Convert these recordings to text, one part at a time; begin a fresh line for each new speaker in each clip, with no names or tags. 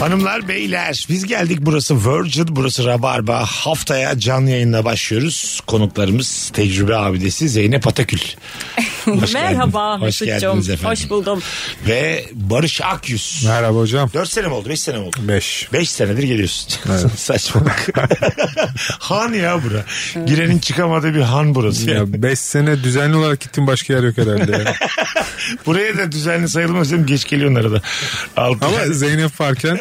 Hanımlar beyler biz geldik burası Virgin burası Rabarba haftaya canlı yayınla başlıyoruz konuklarımız tecrübe abidesi Zeynep Atakül Hoş
Merhaba
geldin. Hoş
Mesut'cum.
geldiniz efendim
Hoş buldum.
ve Barış Akyüz
Merhaba hocam.
4 sene mi oldu 5 sene mi oldu
5.
5 senedir geliyorsun. Saçmalık. han ya bura. Girenin çıkamadığı bir han burası. Yani.
Ya 5 sene düzenli olarak gittim başka yer yok herhalde. ya.
Buraya da düzenli sayılmaz dedim. Geç geliyorsun arada. Altı.
Ama Zeynep varken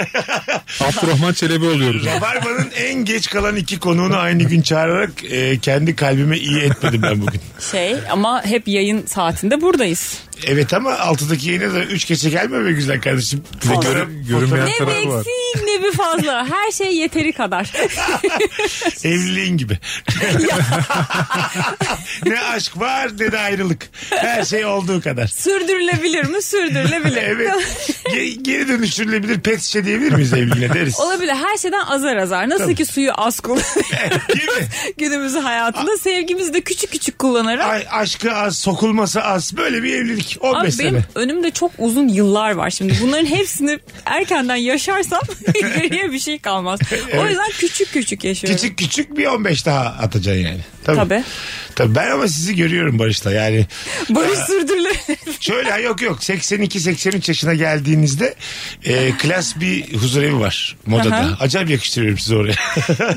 Abdurrahman Çelebi oluyoruz.
Rabarba'nın en geç kalan iki konuğunu aynı gün çağırarak e, kendi kalbime iyi etmedim ben bugün.
Şey ama hep yayın saatinde buradayız.
Evet ama altıdaki yayına da üç kese gelme be güzel kardeşim.
Bir de
Fotoğraf-
görün- görünmeyen
fotoğraf-
Ne bir
tarafı var.
eksik ne bir fazla. Her şey yeteri kadar.
Evliliğin gibi. ne aşk var ne de ayrılık. Her şey olduğu kadar.
Sürdürülebilir mi? Sürdürülebilir.
Evet. Ge- geri dönüştürülebilir pet şişe diyebilir miyiz evliliğine deriz.
Olabilir. Her şeyden azar azar. Nasıl ki suyu az kullanıyoruz
Gibi.
günümüzü hayatında. Sevgimizi de küçük küçük kullanarak.
Ay, aşkı az, sokulması az. Böyle bir evlilik. 15
Abi
sene.
benim önümde çok uzun yıllar var şimdi. Bunların hepsini erkenden yaşarsam geriye bir şey kalmaz. O yüzden küçük küçük yaşıyorum.
Küçük küçük bir 15 daha atacaksın yani. Tabii.
Tabii.
Tabii ben ama sizi görüyorum Barış'la yani.
Barış sürdürülebilir.
Şöyle ha, yok yok 82-83 yaşına geldiğinizde e, klas bir huzurevi var modada.
Aha.
Acayip yakıştırıyorum sizi oraya.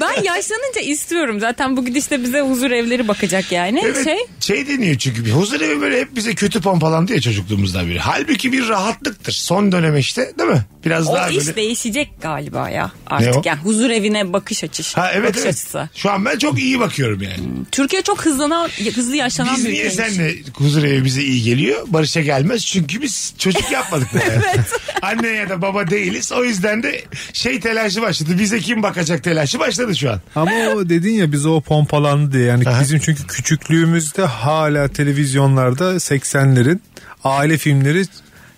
Ben yaşlanınca istiyorum. Zaten bu gidişte bize huzur evleri bakacak yani.
Evet,
Şey
şey deniyor çünkü bir huzur evi böyle hep bize kötü pompalandı ya çocukluğumuzdan beri. Halbuki bir rahatlıktır. Son döneme işte değil mi? Biraz
o
daha
iş
böyle.
değişecek galiba ya
Ne o?
artık. Yani huzur evine bakış açısı.
Ha evet
bakış
evet.
açısı.
Şu an ben çok iyi bakıyorum yani.
Türkiye çok hızlanan, hızlı yaşlanan
Biz
bir
niye
ülkeymiş.
senle huzur evi bize iyi geliyor? Barış'a gelmez çünkü biz çocuk yapmadık. evet. Anne ya da baba değiliz. O yüzden de şey telaşı başladı. Bize kim bakacak telaşı başladı şu an.
Ama o dedin ya bize o pompalandı diye. Yani
Aha.
bizim çünkü küçüklüğümüzde hala televizyonlarda 80'lerin aile filmleri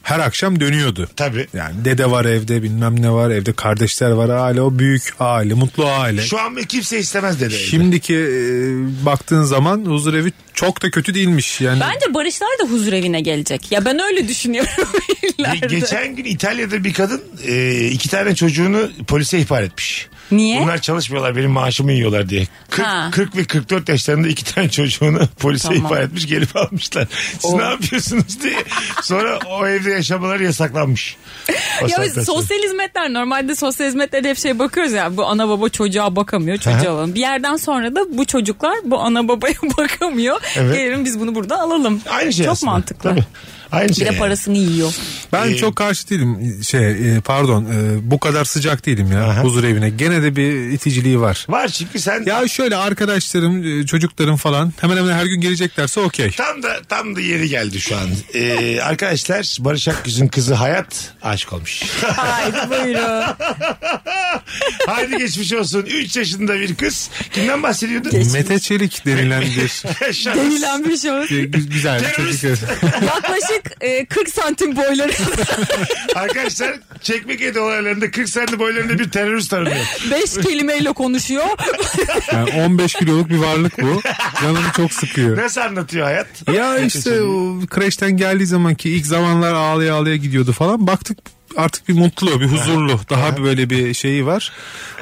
her akşam dönüyordu.
Tabii.
Yani dede var evde bilmem ne var evde kardeşler var aile o büyük aile mutlu aile.
Şu an kimse istemez dedi.
Şimdiki e, baktığın zaman huzurevi çok da kötü değilmiş. Yani
Bence barışlar da huzur evine gelecek. Ya ben öyle düşünüyorum.
Ge-
ileride.
Geçen gün İtalya'da bir kadın e, iki tane çocuğunu polise ihbar etmiş.
Niye?
Bunlar çalışmıyorlar benim maaşımı yiyorlar diye. 40,
Ha.
40 ve 44 yaşlarında iki tane çocuğunu polise
Tamam. Oh.
ihbar etmiş gelip almışlar. Siz ne yapıyorsunuz diye. Sonra o evde yaşamaları yasaklanmış. O
Ya biz
saatten sonra.
sosyal hizmetler normalde sosyal hizmetlerde hep şey bakıyoruz ya bu ana baba çocuğa bakamıyor
Aha.
çocuğa alalım. Bir yerden sonra da bu çocuklar bu ana babaya bakamıyor.
Evet.
Gelelim biz bunu burada alalım.
Aynı şey
Çok
aslında.
mantıklı.
Tabii. Aynı
Bir
şey.
de
yani.
parasını yiyor.
ben çok karşı değilim. Şey e, pardon e, bu kadar sıcak değilim ya
Aha.
huzur evine. Gene de bir iticiliği var.
Var çünkü sen
Ya şöyle arkadaşlarım, e, çocuklarım falan hemen hemen her gün geleceklerse okey.
Tam da tam da yeri geldi şu an. Ee, arkadaşlar Barış Akgüz'ün kızı Hayat aşık olmuş.
Haydi buyurun.
Haydi geçmiş olsun. 3 yaşında bir kız. Kimden bahsediyordun?
Mete Çelik denilen bir
Şans.
Denilen bir şey.
e, gü- güzel bir
Terörist.
çocuk.
Yaklaşık e, 40 santim boyları.
Arkadaşlar Çekmeköy'de olaylarında 40 santim boylarında bir terörist aranıyor.
5 kelimeyle konuşuyor.
Yani 15 kiloluk bir varlık bu. Canımı çok sıkıyor.
Nasıl anlatıyor hayat?
Ya işte o kreşten geldiği zamanki ilk zamanlar ağlaya ağlaya gidiyordu falan. Baktık artık bir mutlu, bir huzurlu. Daha bir böyle bir şeyi var.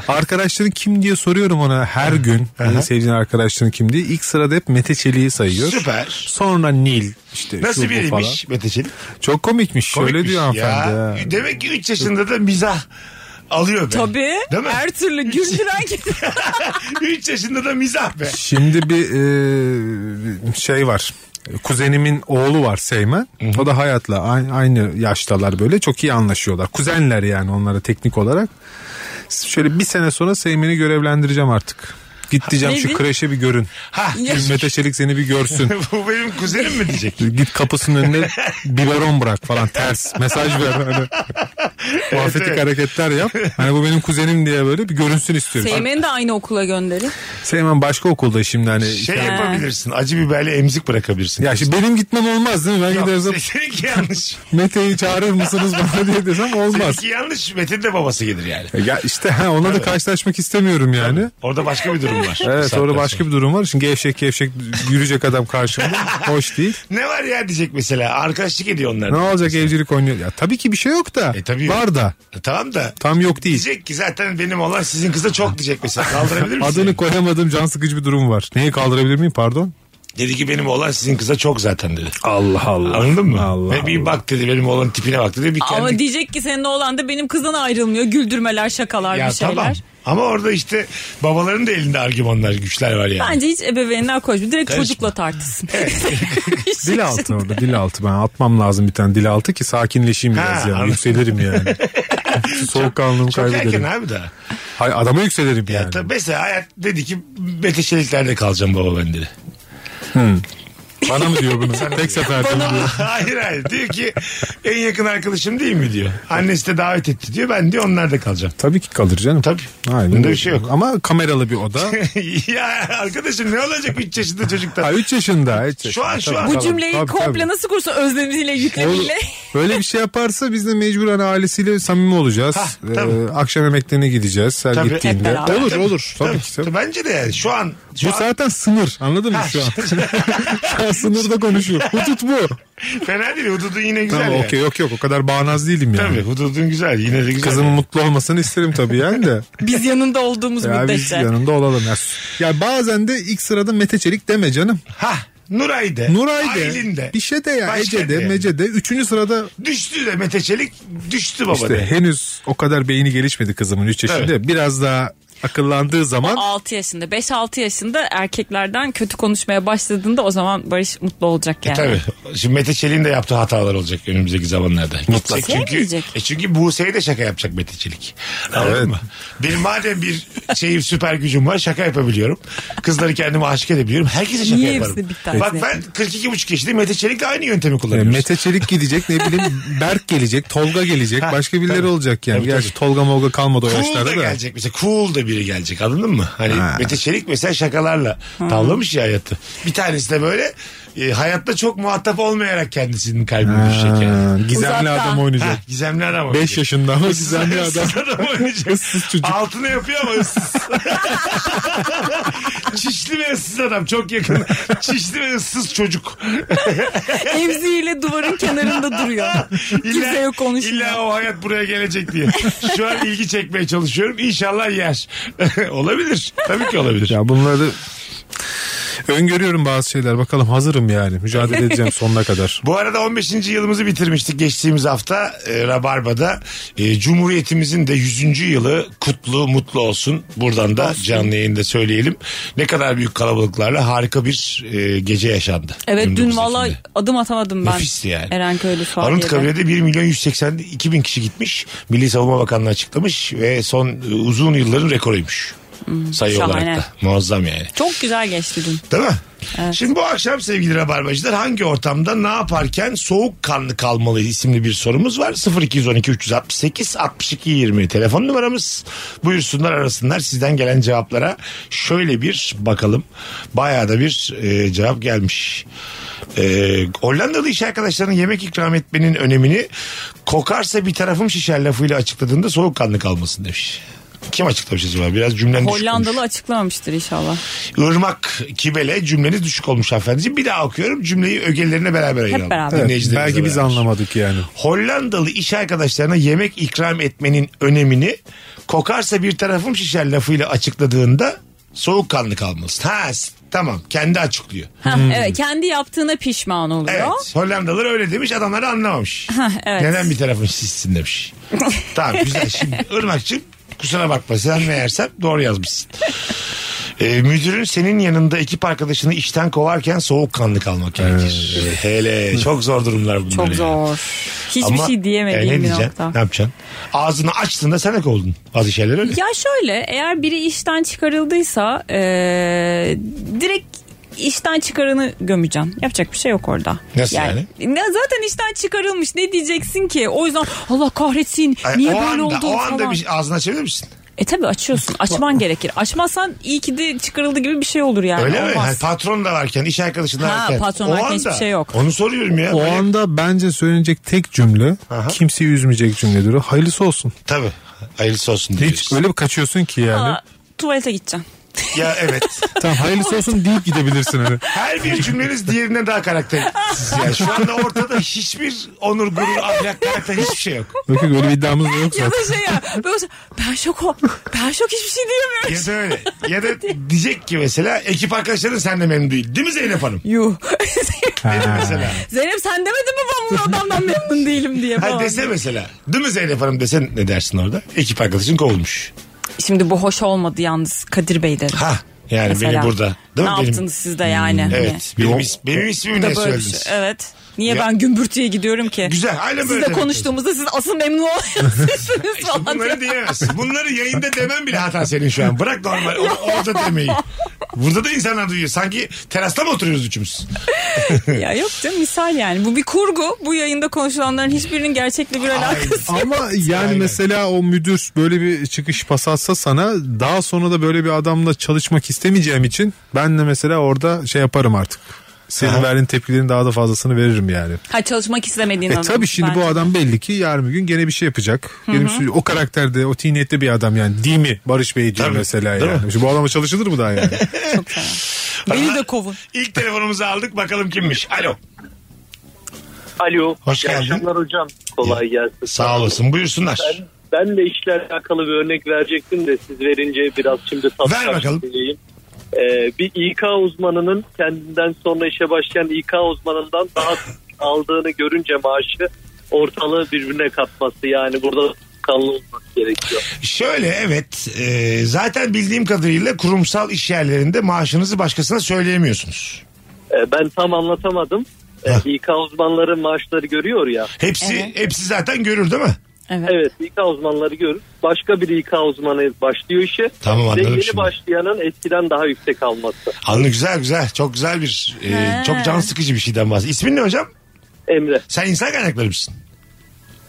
Arkadaşların kim diye soruyorum ona her gün. Hani sevdiğin arkadaşların kim diye. İlk sırada hep Mete Çelik'i sayıyor.
Süper.
Sonra Nil işte şu
Nasıl
bu falan.
biriymiş Mete Çelik?
Çok komikmiş. Şöyle
Komikmiş
diyor hanımefendi.
ya.
ya.
Demek ki 3 yaşında da mizah alıyor be.
Tabii.
Değil mi?
Her türlü güldüren gidiyor.
3 yaşında da mizah be.
Şimdi bir e, şey var. Kuzenimin oğlu var Seymen. O da hayatla a- aynı yaştalar böyle çok iyi anlaşıyorlar. Kuzenler yani onlara teknik olarak. Şöyle bir sene sonra Seymen'i görevlendireceğim artık. Git diyeceğim şu
Nedir?
kreşe bir görün.
Ha.
Ümmete Çelik seni bir görsün.
Bu benim kuzenim mi diyecek?
Git kapısının önüne biberon bırak falan ters mesaj ver. Hani muhafetik
evet.
hareketler yap. Hani bu benim kuzenim diye böyle bir görünsün istiyorum.
Seymen'i de aynı okula gönderin.
Seymen başka okulda şimdi hani.
Şey
Ya-
yapabilirsin. Acı biberle emzik bırakabilirsin.
ya şey şimdi benim gitmem olmaz değil mi? Ben
Yok,
gidersem
seninki yanlış.
Mete'yi çağırır mısınız bana diye desem olmaz. E
Seninki yanlış. Metin de babası gelir yani.
Ya işte ha, ona da karşılaşmak istemiyorum yani.
Orada başka bir şey. durum var. Bu
Evet
saatten
sonra başka
sonra.
bir durum var. Şimdi gevşek gevşek yürüyecek adam karşımda. Hoş değil.
Ne var ya diyecek mesela. Arkadaşlık ediyor onlar.
Ne olacak evcilik oynuyor. Ya tabii ki bir şey yok da.
E, tabii yok.
var da.
E, Tamam da.
Tam yok değil.
Diyecek ki zaten benim olan sizin kıza çok diyecek mesela. Kaldırabilir misin?
Adını koyamadığım can sıkıcı bir durum var. Neyi kaldırabilir miyim pardon?
Dedi ki benim olan sizin kıza çok zaten dedi.
Allah Allah.
Anladın mı?
Allah
Ve bir bak dedi benim olan tipine bak dedi. Bir kendi
Ama diyecek ki senin oğlan da benim kızdan ayrılmıyor. Güldürmeler, şakalar,
Ya
bir şeyler.
tamam. Ama orada işte babaların da elinde argümanlar, güçler var yani.
Bence hiç ebeveynler koşmuyor. Direkt
Karışma.
çocukla tartışsın.
Dil altı orada dil altı ben atmam lazım bir tane dil altı ki sakinleşeyim
Ha,
biraz ya
anladım.
yükselirim yani. Soğukkanlığımı
Çok erken
kaybederim.
abi daha.
Hayır adama yükselirim
Ya
yani.
tabii mesela hayat dedi ki Mete Çelikler'de kalacağım baba ben dedi.
Bana mı diyor bunu? Tek seferde mi diyor?
hayır hayır diyor ki en yakın arkadaşım değil mi diyor. Annesi de davet etti diyor ben diyor onlarda kalacağım.
Tabii ki kalır canım.
Tabii.
Aynen.
Bunda
öyle.
bir şey yok.
Ama kameralı bir oda.
ya arkadaşım ne olacak 3 yaşında
Ha
çocuktan?
3 yaşında. üç
Şu an,
yaşında.
şu
Tabii,
an.
Bu
tabii,
cümleyi
tabii,
komple
tabii.
nasıl kursa özlemiyle, yüklemiyle.
O- Böyle bir şey yaparsa biz de mecburen ailesiyle samimi olacağız.
Hah, tabii.
Ee, akşam yemeklerine gideceğiz her
Tabii.
gittiğinde.
Hep beraber.
Olur olur. Tabii, ki tabii.
Bence de yani şu an şu
Bu
an
zaten sınır anladın mı şu an? şu an sınırda konuşuyor. Hudut bu.
fena değil hududun yine güzel
Tamam
yani.
okey yok yok o kadar bağnaz değilim yani.
Tabii hududun güzel yine de güzel.
Kızımın mutlu olmasını isterim tabii yani de.
Biz yanında olduğumuz
ya biz
müddetçe.
yanında olalım. Ya, ya bazen de ilk sırada Mete Çelik deme canım.
Ha Nuray de.
Nuray de.
Aylin de.
Bir şey de ya.
Başka
Ece de,
de.
Mece de. Üçüncü sırada
Düştü de Mete Çelik düştü baba
işte
de.
henüz o kadar beyni gelişmedi kızımın 3 yaşında. Biraz daha akıllandığı zaman
6 yaşında, 5-6 yaşında erkeklerden kötü konuşmaya başladığında o zaman Barış mutlu olacak yani.
E Tabii. Şimdi Mete Çelik'in de yaptığı hatalar olacak önümüzdeki zamanlarda. Gidecek
Şey
çünkü,
Sevmeyecek.
e çünkü Buse'ye de şaka yapacak Mete Çelik. Anladın
Evet.
mı? Benim madem bir şeyim süper gücüm var şaka yapabiliyorum. Kızları kendime aşık edebiliyorum. Herkese şaka
Niye
yaparım.
hepsini bir tanesine
Bak ben 42,5 yaşındayım Mete Çelik de aynı yöntemi
E,
kullanıyoruz.
Mete Çelik gidecek ne bileyim Berk gelecek Tolga gelecek
Ha,
başka birileri
tabii.
olacak yani.
Tabii,
Gerçi
tabii.
Tolga Molga kalmadı o
Cool da
yaşlarda da.
gelecek mesela. Cool da biri gelecek anladın mı? Hani
Ha.
Mete Çelik mesela şakalarla tavlamış ya hayatı. Bir tanesi de böyle e, hayatta çok muhatap olmayarak kendisinin kalbini düşecek yani.
Ha, gizemli
Uzakta.
adam
Ha,
oynayacak.
gizemli adam.
5 yaşında ama gizemli adam.
Issız adam oynayacak.
Issız çocuk.
Altını yapıyor ama ıssız. Çişli ve ıssız adam çok yakın. Çişli ve ıssız çocuk.
Emziğiyle duvarın kenarında duruyor. Kimse yok konuşmuyor.
İlla o hayat buraya gelecek diye. Şu an ilgi çekmeye çalışıyorum. İnşallah yer. olabilir. Tabii ki olabilir.
Ya bunları öngörüyorum bazı şeyler bakalım hazırım yani mücadele edeceğim sonuna kadar.
Bu arada 15. yılımızı bitirmiştik geçtiğimiz hafta e, Rabarba'da. E, Cumhuriyetimizin de 100. yılı kutlu mutlu olsun. Buradan da canlı yayında söyleyelim. Ne kadar büyük kalabalıklarla harika bir e, gece yaşandı.
Evet
29
dün valla
Ekim'de.
adım atamadım ben.
Nefisti yani.
Erenköylü Suadiye'de.
Anıtkabir'e 1 milyon 182 bin kişi gitmiş. Milli Savunma Bakanlığı açıklamış ve son e, uzun yılların rekoruymuş. Sayı
Hmm, şahane.
olarak da. Muazzam yani.
Çok güzel geçti dün.
Değil mi? Şimdi bu akşam sevgili Rabarbacılar hangi ortamda ne yaparken soğukkanlı kalmalı isimli bir sorumuz var. 0212 368 62 20 telefon numaramız. Buyursunlar arasınlar sizden gelen cevaplara şöyle bir bakalım. Bayağı da bir e, cevap gelmiş. E, Hollandalı iş arkadaşlarının yemek ikram etmenin önemini kokarsa bir tarafım şişer lafıyla açıkladığında soğukkanlı kalmasın demiş. Kim açıklamış acaba? Biraz cümlen düşük olmuş.
Hollandalı açıklamamıştır inşallah.
Irmak Kibel'e cümleniz düşük olmuş hanımefendiciğim. Bir daha okuyorum cümleyi ögelerine beraber ayıralım.
beraber. Evet,
Evet,
Dinleyicilerimize
belki biz
beraber.
anlamadık yani.
Hollandalı iş arkadaşlarına yemek ikram etmenin önemini kokarsa bir tarafım şişer lafıyla açıkladığında soğukkanlı kalmalısın. Ha s- tamam kendi açıklıyor.
Hah, evet, kendi yaptığına pişman oluyor.
Evet Hollandalılar öyle demiş adamlar anlamamış.
Hah, evet.
Neden bir tarafın şişsin demiş. tamam güzel şimdi Irmak'cığım kusura bakma sen meğersem doğru yazmışsın. Ee, müdürün senin yanında ekip arkadaşını işten kovarken soğukkanlı kalmak gerekir. Hele çok zor durumlar bunlar.
Çok
yani.
zor. Hiçbir
Ama,
şey
e, ne
diyemediğim bir
diyeceksin?
nokta.
Ne yapacaksın? Ağzını açtın da sen de kovuldun. Bazı şeyler öyle.
Ya şöyle eğer biri işten çıkarıldıysa eee, direkt işten çıkaranı gömeceğim. Yapacak bir şey yok orada.
Nasıl
Ne, zaten işten çıkarılmış ne diyeceksin ki? O yüzden Allah kahretsin
Ay,
niye
o
böyle
anda,
oldu
o
falan.
anda bir şey- ağzını açabilir misin?
E tabi açıyorsun açman gerekir. Açmazsan iyi ki de çıkarıldı gibi bir şey olur yani.
Öyle mi?
Olmaz.
Yani patron da varken, iş arkadaşın da
Ha,
varken.
patron
O
varken
anda-
hiçbir şey yok.
Onu soruyorum ya.
O
Böyle-
anda bence söylenecek tek cümle
Aha.
kimseyi üzmeyecek cümledir. o. Hayırlısı olsun.
Tabii. Hayırlısı olsun
Hiç
diyoruz.
öyle bir kaçıyorsun ki yani.
Aa, tuvalete gideceksin.
Ya evet.
Tamam hayırlısı olsun deyip gidebilirsin hani.
Her bir cümleniz diğerine daha karaktersiz. Yani şu anda ortada hiçbir onur, gurur, ahlak, karakter hiçbir şey yok.
Yok yok öyle bir iddiamız da yok
Ya
zaten.
da şey ya böyle olsa, ben şok ol- ben şok hiçbir şey diyemiyorum.
Ya da öyle. Ya da diyecek ki mesela ekip arkadaşların sen de memnun değil. Değil mi Zeynep Hanım?
Yuh.
Benim mesela.
Zeynep sen demedin mi ben bu adamdan memnun değilim diye.
Ha
falan.
dese mesela. Değil mi Zeynep Hanım desen ne dersin orada? Ekip arkadaşın kovulmuş.
Şimdi bu hoş olmadı yalnız Kadir Bey derim.
Ha yani
Mesela.
beni burada. Değil
ne
mi? Benim- Hmm,
yaptınız siz de yani? Hani
Evet. Benim, is- benim ismimi
da
ne
böyle bir
söylediniz?
şey. Evet. Niye
Ya-
ben gümbürtüye gidiyorum ki?
Güzel, aynen böyle
Sizle
demek
konuştuğumuzda siz asıl memnun oluyorsunuz
İşte
falan.
bunları diyemezsin. Bunları yayında demem bile hata senin şu an. Bırak normal o- orada demeyi. Burada da insanlar duyuyor. Sanki terasta mı oturuyoruz üçümüz?
ya yok canım misal yani. Bu bir kurgu. Bu yayında konuşulanların hiçbirinin gerçekle bir alakası.
Ama yani
Aynen.
mesela o müdür böyle bir çıkış pas atsa sana daha sonra da böyle bir adamla çalışmak istemeyeceğim için ben de mesela orada şey yaparım artık. Senin
Aha.
verdiğin tepkilerin daha da fazlasını veririm yani.
Ha çalışmak istemediğin
E
adam.
tabii şimdi bu
Bence.
adam belli ki yarın bir gün gene bir şey yapacak. Gene bir sürü- o karakterde o tiniyette bir adam yani değil mi Barış Bey diyor
Tabii,
mesela
değil
yani. Şimdi bu adama çalışılır mı daha yani?
Beni de kovun.
İlk telefonumuzu aldık bakalım kimmiş. Alo.
Alo.
Hoş
İyi
geldin.
akşamlar hocam. Kolay gelsin.
Sağ olasın buyursunlar.
Ben, ben de işle alakalı bir örnek verecektim de siz verince biraz şimdi tatlı
Ver bakalım.
karşılayayım. Ee, bir İK uzmanının kendinden sonra işe başlayan İK uzmanından daha aldığını görünce maaşı ortalığı birbirine katması yani burada kanlı olması gerekiyor.
Şöyle evet e, zaten bildiğim kadarıyla kurumsal iş yerlerinde maaşınızı başkasına söyleyemiyorsunuz.
Ee, ben tam anlatamadım. Ee,
Heh.
İK uzmanları maaşları görüyor ya.
Hepsi
Evet.
hepsi zaten görür değil mi?
Evet.
Evet İK uzmanları görür. Başka bir İK uzmanı başlıyor işe.
Tamam,
Ve
anladım
yeni
şimdi.
başlayanın eskiden daha yüksek alması.
Anlı güzel güzel çok güzel bir e,
He.
çok can sıkıcı bir şeyden bahsediyor. İsmin ne hocam?
Emre.
Sen insan kaynakları mısın?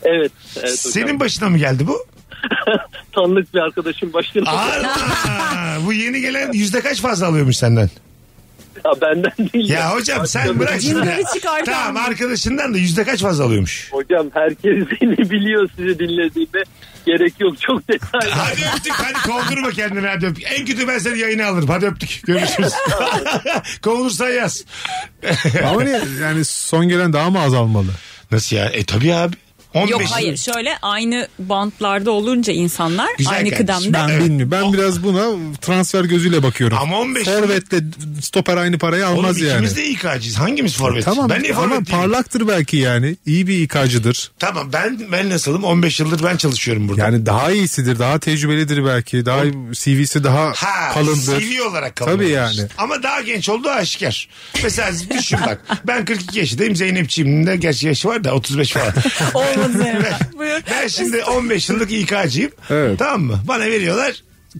Evet. evet hocam.
Senin başına mı geldi bu?
tanıdık bir arkadaşım başladı.
Ana! bu yeni gelen yüzde kaç fazla alıyormuş senden?
Ya benden değil.
Ya hocam sen bırak şimdi.
Cinleri çıkartan.
Tamam arkadaşından da yüzde kaç fazla alıyormuş?
Hocam herkes beni biliyor sizi dinlediğinde. Gerek yok çok detaylı.
Hadi öptük hadi kovdurma kendini hadi öptük. En kötü ben seni yayına alırım hadi öptük görüşürüz. Kovulursan yaz.
Ama ne yani son gelen daha mı azalmalı?
Nasıl ya? E tabii abi. 15
Yok hayır şöyle aynı bantlarda olunca insanlar
Güzel
aynı
kardeşim.
kıdemde.
Ben
Evet.
bilmiyorum. Ben biraz buna transfer gözüyle bakıyorum.
Ama 15
Forvetle stoper aynı parayı
Oğlum
almaz yani. E,
ikimiz de İK'cıyız. Hangimiz forvet?
Tamam
ben niye
ama
forvet değilim?
parlaktır belki yani. İyi bir İK'cıdır.
Tamam ben ben nasılım? 15 yıldır ben çalışıyorum burada.
Yani daha iyisidir, daha tecrübelidir belki. Daha CV'si daha
Ha,
kalındır.
CV olarak kalın.
Tabii yani.
Ama daha genç olduğu aşikar. Mesela düşün bak. Ben 42 yaşındayım. Zeynepçiyim. Ne gerçi yaşı var da 35 falan.
Olmaz Zeynep. Buyur.
ben şimdi 15 yıllık İK'cıyım.
Evet.
Tamam mı? Bana veriyorlar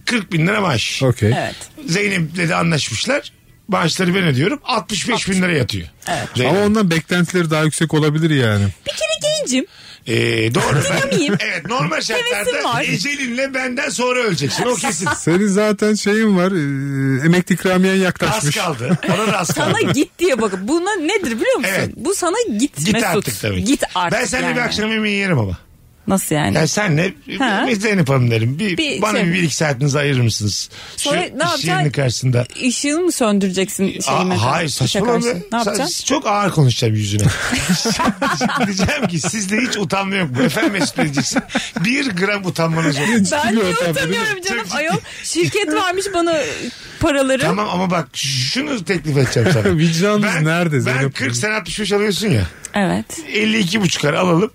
40 bin lira maaş.
Okey.
Evet.
Zeynep'le de anlaşmışlar. Maaşları ben ödüyorum. 65 bin lira yatıyor. Evet.
Ama ondan beklentileri daha yüksek olabilir yani.
Bir kere gencim.
Ee, doğru.
Dinamiyim.
evet normal
Hevesim
şartlarda
var.
Ecelin'le benden sonra öleceksin. O kesin.
Senin zaten şeyin var. E, emekli ikramiyen
Az
yaklaşmış.
kaldı. Ona da az kaldı.
Sana git diye bakın. Buna nedir biliyor musun?
Evet.
Bu sana git,
Git
Mesut.
artık tabii.
Git artık
Ben seninle
yani.
bir akşam yemeği yerim ama.
Nasıl yani?
Yani senle
Ha.
biz Zeynep Hanım derim. Bir,
Bir
bana
şey-
bir, bir iki saatinizi ayırır mısınız? Şu
Sonra ne
iş
yapacaksın? Şey
yerinin karşısında.
Işığını mı söndüreceksin
Aa,
şeyime?
hayır saçmalama. be.
Ne
Sa-
yapacaksın?
Çok ağır konuşacağım yüzüne. Şimdi Diyeceğim ki sizde hiç utanma yok. mu? Efendim Mesut Bey diyeceksin. Bir gram utanmanız yok.
Ben niye
Biliyor tabii,
utanıyorum
biliyor.
canım
Çok-
ayol? Şirket vermiş bana paraları.
Tamam ama bak şunu teklif edeceğim sana.
Vicdanınız
ben,
nerede Zeynep
Ben
Hanım?
40 sen 65 alıyorsun ya.
Evet.
52 buçuklar alalım.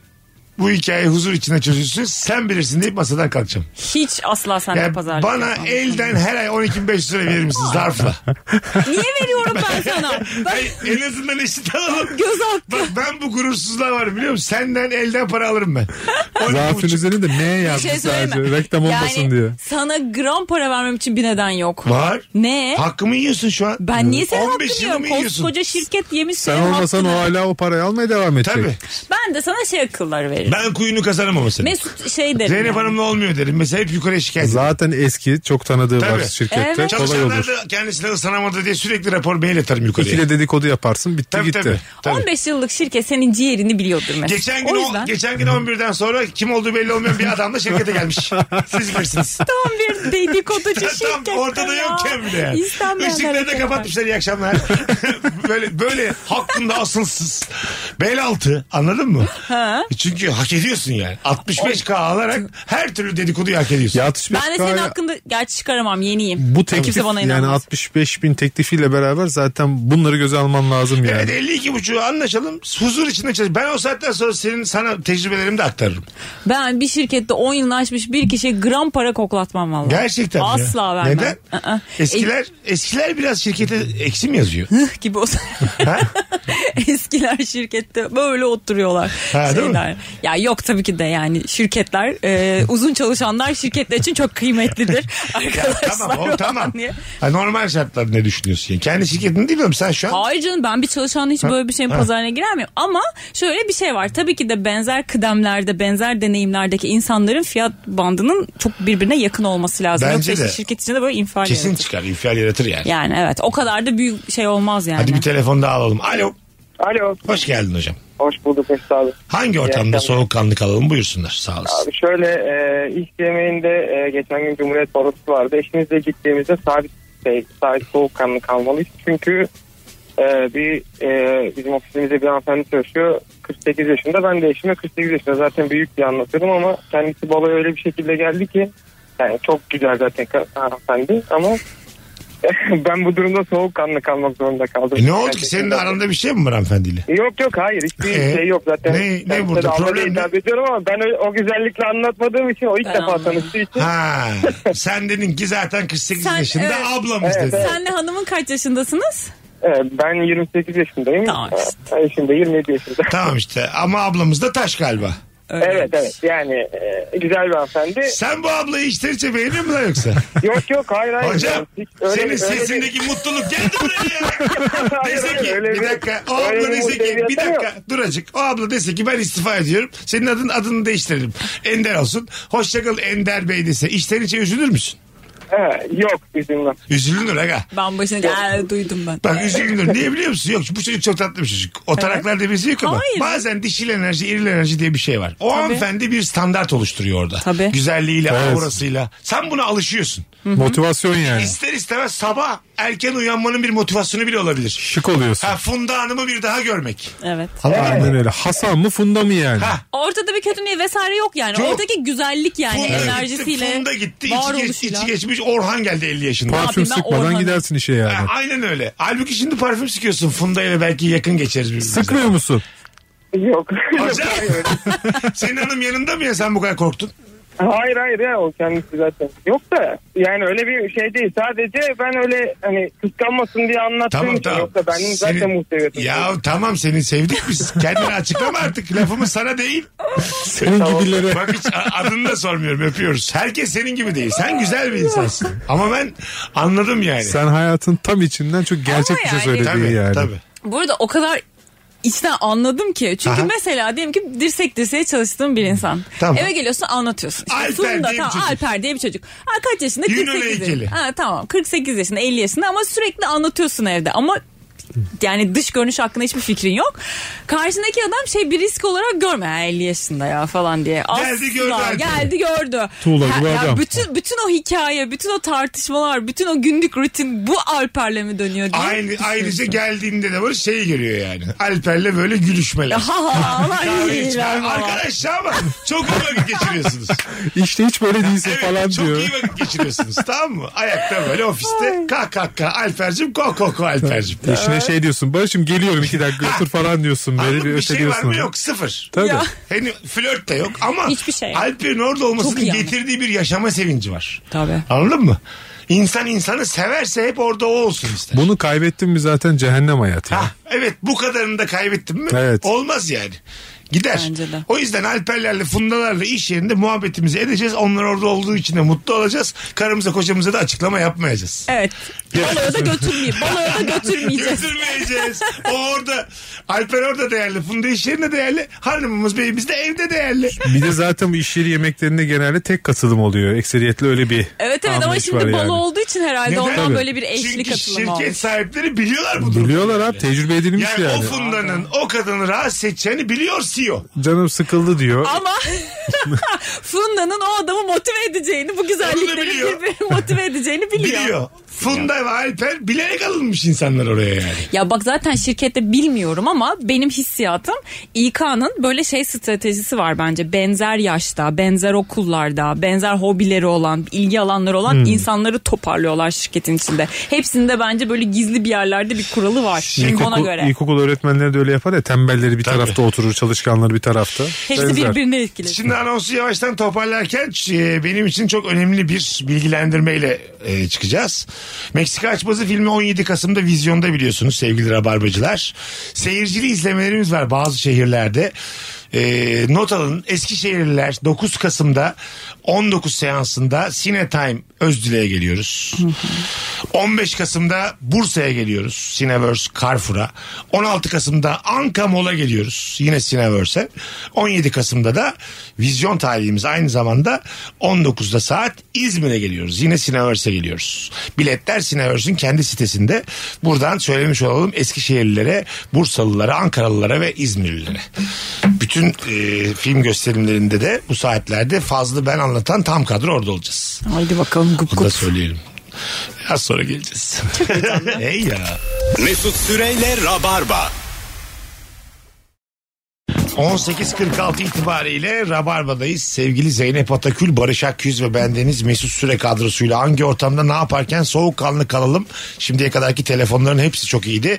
Bu hikayeyi huzur içinde çözülsün. Sen bilirsin deyip masadan kalkacağım.
Hiç asla sende
Yani
pazarlık
bana
yapmam.
elden her ay 12.500 lira verir misin zarfla?
Niye veriyorum ben sana? Ben
Ay, en azından eşit alalım.
göz hakkı.
Bak ben bu gurursuzluğa var biliyor musun? Senden elden para alırım ben. 12.500.
Zarfın üzerine de M
Bir
yazmış
şey
sadece.
söyleme.
Reklam olmasın
yani
diye.
sana gram para vermem için bir neden yok.
Var.
Ne?
Hakkımı yiyorsun şu an.
ben niye senin
15
hakkını
yılımı
yiyorum?
yiyorsun.
Koskoca şirket yemiş
Sen
senin
olmasan o
hakkını.
hala o parayı almaya devam edecek.
Tabii.
Ben de sana şey akılları veririm.
Ben kuyunu kazanamam mesela.
Mesut şey derim.
Zeynep
yani.
Hanım'la olmuyor derim. Mesela hep yukarı şikayet ediyor.
E, Zaten eski çok tanıdığı var
Tabii.
şirkette.
Evet.
Kolay
Çalışanlar
olur.
da kendisine ısınamadı diye sürekli rapor mail atarım yukarıya.
İkile dedikodu yaparsın bitti
Tabii,
gitti.
tabii, tabii.
15 yıllık şirket senin ciğerini biliyordur mesela.
Geçen gün,
o
o
yüzden
geçen gün 11'den sonra kim olduğu belli olmayan bir adamla şirkete gelmiş. Siz bilirsiniz.
tam bir dedikoducu
Tam
şirket.
ortada
ya.
yokken bile yani.
İstenmeyen
Işıkları da
hareketler.
kapatmışlar iyi akşamlar. böyle böyle hakkında asılsız. Bel altı anladın mı? Çünkü hak ediyorsun yani. 65K alarak her türlü dedikoduyu hak ediyorsun.
Ya 65
Ben de senin
K'ya-
hakkında gerçi çıkaramam yeniyim.
bu teklif
Kimse bana
yani
inanmaz.
65 bin teklifiyle beraber zaten bunları göze alman lazım yani.
Evet 52 buçuğu anlaşalım. Huzur içinde çalış. Ben o saatten sonra senin sana tecrübelerimi de aktarırım.
Ben bir şirkette 10 yılını aşmış bir kişiye gram para koklatmam vallahi.
Gerçekten mi ya?
Asla vermem. E-
Neden?
Aa.
Eskiler eskiler biraz şirkete eksi mi yazıyor?
Eh, gibi olsa.
Ha?
Eskiler şirkette böyle oturuyorlar.
Ha, değil mi?
şeyler. Ya yok tabii ki de yani şirketler e, uzun çalışanlar şirketler için çok kıymetlidir. Arkadaşlar
tamam o
falan
tamam.
diye.
Ha, normal şartlar ne düşünüyorsun? Yani? Kendi şirketini değil mi? Sen şu an
Hayır canım ben bir çalışanla hiç böyle bir şeyin pazarına giremiyorum. Ama şöyle bir şey var. Tabii ki de benzer kıdemlerde, benzer deneyimlerdeki insanların fiyat bandının çok birbirine yakın olması lazım.
Bence
Yoksa
de.
işte şirket içinde böyle infial
kesin
yaratır.
çıkar. infial yaratır yani.
Yani evet o kadar da büyük şey olmaz yani.
Hadi bir telefon daha alalım. Alo.
Alo.
Hoş geldin hocam.
Hoş bulduk Mesut abi.
Hangi ortamda
akşamlar.
soğukkanlı kalalım buyursunlar. Sağ olasın.
Abi şöyle e, ilk yemeğinde e, geçen gün Cumhuriyet Barosu vardı. Eşimizle gittiğimizde sabit şey, sabit soğukkanlı kalmalıyız. Çünkü e, bir e, bizim ofisimizde bir hanımefendi çalışıyor. 48 yaşında ben de eşime 48 yaşında zaten büyük diye anlatıyordum ama kendisi baloya öyle bir şekilde geldi ki yani çok güzel zaten ka- hanımefendi ama ben bu durumda soğukkanlı kalmak zorunda kaldım.
E, ne oldu ki senin de aranda bir şey mi var hanımefendiyle?
Yok yok hayır hiçbir
Ee,
şey yok zaten.
ne- ne
Ben
burada?
size de anlamaya
Problem ne?
hitap ediyorum ama ben o, o güzellikle anlatmadığım için o ilk
Ben
defa
anladım.
tanıştığı için.
Ha, sen dedin ki zaten 48
Sen-
yaşında
evet.
ablamız
Evet,
dedin.
Senle hanımın kaç yaşındasınız?
e, ben 28 yaşındayım.
Tamam
E, Eşim de 27 yaşında.
Tamam işte ama ablamız da taş galiba.
Öyle.
evet evet yani e, güzel bir hanımefendi.
Sen bu ablayı içten içe beğeniyor musun lan yoksa?
yok yok hayır hayır.
Hocam
Yani hiç
senin
bir-
sesindeki mutluluk geldi buraya ya.
Hayır,
Dese
hayır,
ki
öyle
bir dakika o
öyle
abla dese ki bir
muhteviyatım yok.
dakika duracık o abla dese ki ben istifa ediyorum senin adın adını değiştirelim Ender olsun hoşçakal Ender Bey dese içten içe üzülür müsün?
He, yok üzülmem.
Üzülünür aga.
Ben başına gel duydum ben.
Bak üzülünür niye biliyor musun? Yok bu çocuk çok tatlı bir çocuk. O taraklar demesi yok ama
Hayır.
bazen dişil enerji eril enerji diye bir şey var. O hanımefendi bir standart oluşturuyor orada.
Tabii.
Güzelliğiyle
Evet.
aurasıyla. Sen buna alışıyorsun.
Motivasyon yani.
İster istemez sabah erken uyanmanın bir motivasyonu bile olabilir.
Şık oluyorsun.
Ha Funda Hanım'ı bir daha görmek.
Evet.
Aynen öyle. Hasan mı Funda mı yani?
Ha.
Ortada bir kötü niye vesaire yok yani.
Yok.
Oradaki güzellik yani
Funda
Hani enerjisiyle.
gitti, Funda gitti.
var
içi, geç,
oluşuyla.
içi geçmiş Orhan geldi 50 yaşında.
Parfüm
yapayım ben
sıkmadan
Orhan'ım.
gidersin işe
Ha,
yani.
aynen öyle. Halbuki şimdi parfüm sıkıyorsun Funda'ya ve belki yakın geçeriz birbirimize.
Sıkmıyor musun?
Yok.
Hocam. Senin hanım yanında mı ya sen bu kadar korktun?
hayır hayır ya o kendisi zaten. Yok da yani öyle bir şey değil. Sadece ben öyle hani kıskanmasın diye anlattığım
Tamam
için.
tamam.
Yoksa benim zaten
Senin-
muhteviyatım.
Ya tamam seni sevdik biz. Kendini açıklama artık. Lafımız sana değil.
Senin gibileri.
Bak hiç a- adını da sormuyorum öpüyoruz. Herkes senin gibi değil. Sen güzel bir insansın. Ama ben anladım yani.
Sen hayatın tam içinden çok gerçek bir şey
yani-
söylediğin
tabii,
yani.
tabii.
Bu arada o kadar içten anladım ki. Çünkü
Aha.
mesela diyelim ki dirsek dirseğe çalıştığım bir insan.
Tamam.
Eve geliyorsun anlatıyorsun. İşte
Alper
Funda,
diye bir
tamam,
çocuk.
Alper diye bir çocuk. Aa, kaç yaşında?
Yunan
48
heykeli.
yaşında. Ha, tamam 48 yaşında 50 yaşında ama sürekli anlatıyorsun evde. Ama yani dış görünüş hakkında hiçbir fikrin yok. Karşındaki adam şey bir risk olarak görme. Ha, 50 yaşında ya falan diye.
Geldi, gördü
Asla,
Alper'i.
Geldi gördü.
Tuğla gibi
ya
adam.
bütün, bütün o hikaye, bütün o tartışmalar, bütün o günlük rutin bu Alper'le mi dönüyor diye.
Aynı,
düşünüyorsun.
ayrıca geldiğinde de var şeyi görüyor yani. Alper'le böyle gülüşmeler.
Ha ha ha.
Kahve
Ay,
içme.
lan.
Arkadaşlar ama çok iyi vakit geçiriyorsunuz.
İşte hiç böyle değilsin
Evet,
falan
çok
diyor.
iyi vakit geçiriyorsunuz tamam mı? Ayakta böyle ofiste kah kah kah Alper'cim ko ko ko Alper'cim.
Eşine şey diyorsun. Barış'ım geliyorum iki dakika otur falan diyorsun. Böyle bir
bir şey var
öteliyorsun.
mı
onu.
yok sıfır.
Tabii.
Ya.
Hani flört de yok ama
Hiçbir şey yok.
Alper'in orada olmasının
Çok iyi ama.
getirdiği bir yaşama sevinci var.
Tabii.
Anladın mı? İnsan insanı severse hep orada o olsun ister.
Bunu kaybettin mi zaten cehennem hayatı. ya.
Hah, evet bu kadarını da kaybettim mi?
Evet.
Olmaz yani. Gider.
Bence de.
O yüzden Alperlerle, Fundalarla iş yerinde muhabbetimizi edeceğiz. Onlar orada olduğu için de mutlu olacağız. Karımıza kocamıza da açıklama yapmayacağız.
Evet. Baloya da götürmeyeyim. Baloya da götürmeyeceğiz.
Götürmeyeceğiz. o orada. Alper orada değerli. Funda iş yerinde değerli. Hanımımız beyimiz de evde değerli.
Bir de zaten bu iş yeri yemeklerinde genelde tek katılım oluyor. Ekseriyetle öyle bir
Evet evet ama
anlayış
şimdi
var
balo
yani.
olduğu için herhalde
Neden?
ondan
Tabii.
böyle bir eşli
Çünkü
katılım
şirket
olmuş.
sahipleri biliyorlar bu durumu.
Biliyorlar abi tecrübe edilmiş
Yani,
yani.
o fundanın o kadını rahatsız edeceğini biliyor E CEO.
Canım sıkıldı diyor.
Ama Funda'nın o adamı motive edeceğini, bu
Onu da
güzelliklerin
biliyor.
birbirini motive edeceğini biliyor.
Biliyor. Funda ve Alper bilerek alınmış insanlar oraya yani.
Ya bak zaten şirkette bilmiyorum ama benim hissiyatım İK'nın böyle şey stratejisi var bence. Benzer yaşta, benzer okullarda, benzer hobileri olan, ilgi alanları
Hmm.
olan insanları toparlıyorlar şirketin içinde. Hepsinde bence böyle gizli bir yerlerde bir kuralı var. ona
İlkokul,
göre.
ilkokul öğretmenleri de öyle yapar ya tembelleri bir tarafta oturur çalışkanları bir tarafta.
Hepsi
Benzer.
birbirine etkili.
Şimdi anonsu yavaştan toparlarken e, benim için çok önemli bir bilgilendirmeyle e, çıkacağız. Meksika Açmazı filmi 17 Kasım'da vizyonda biliyorsunuz sevgili rabarbacılar. Seyircili izlemelerimiz var bazı şehirlerde. E, not alın Eskişehirliler 9 Kasım'da 19 seansında Cinetime Özdilek'e geliyoruz. 15 Kasım'da Bursa'ya geliyoruz. Cineverse Carrefour'a. 16 Kasım'da Anka Mall'a geliyoruz. Yine Cineverse'e. 17 Kasım'da da vizyon tarihimiz aynı zamanda 19'da saat İzmir'e geliyoruz. Yine Cineverse'e geliyoruz. Biletler Cineverse'in kendi sitesinde. Buradan söylemiş olalım Eskişehirlilere, Bursalılara, Ankaralılara ve İzmirlilere. Bütün e, film gösterimlerinde de bu saatlerde fazla ben anlatan tam kadro orada olacağız.
Haydi bakalım gup
Bunu da
gup.
söyleyelim. Az sonra geleceğiz. Ey ya.
Mesut Süreyle Rabarba.
18.46 itibariyle Rabarba'dayız. Sevgili Zeynep Atakül, Barış Akyüz ve bendeniz Mesut Süre kadrosuyla hangi ortamda ne yaparken soğukkanlı kalalım. Şimdiye kadarki telefonların hepsi çok iyiydi.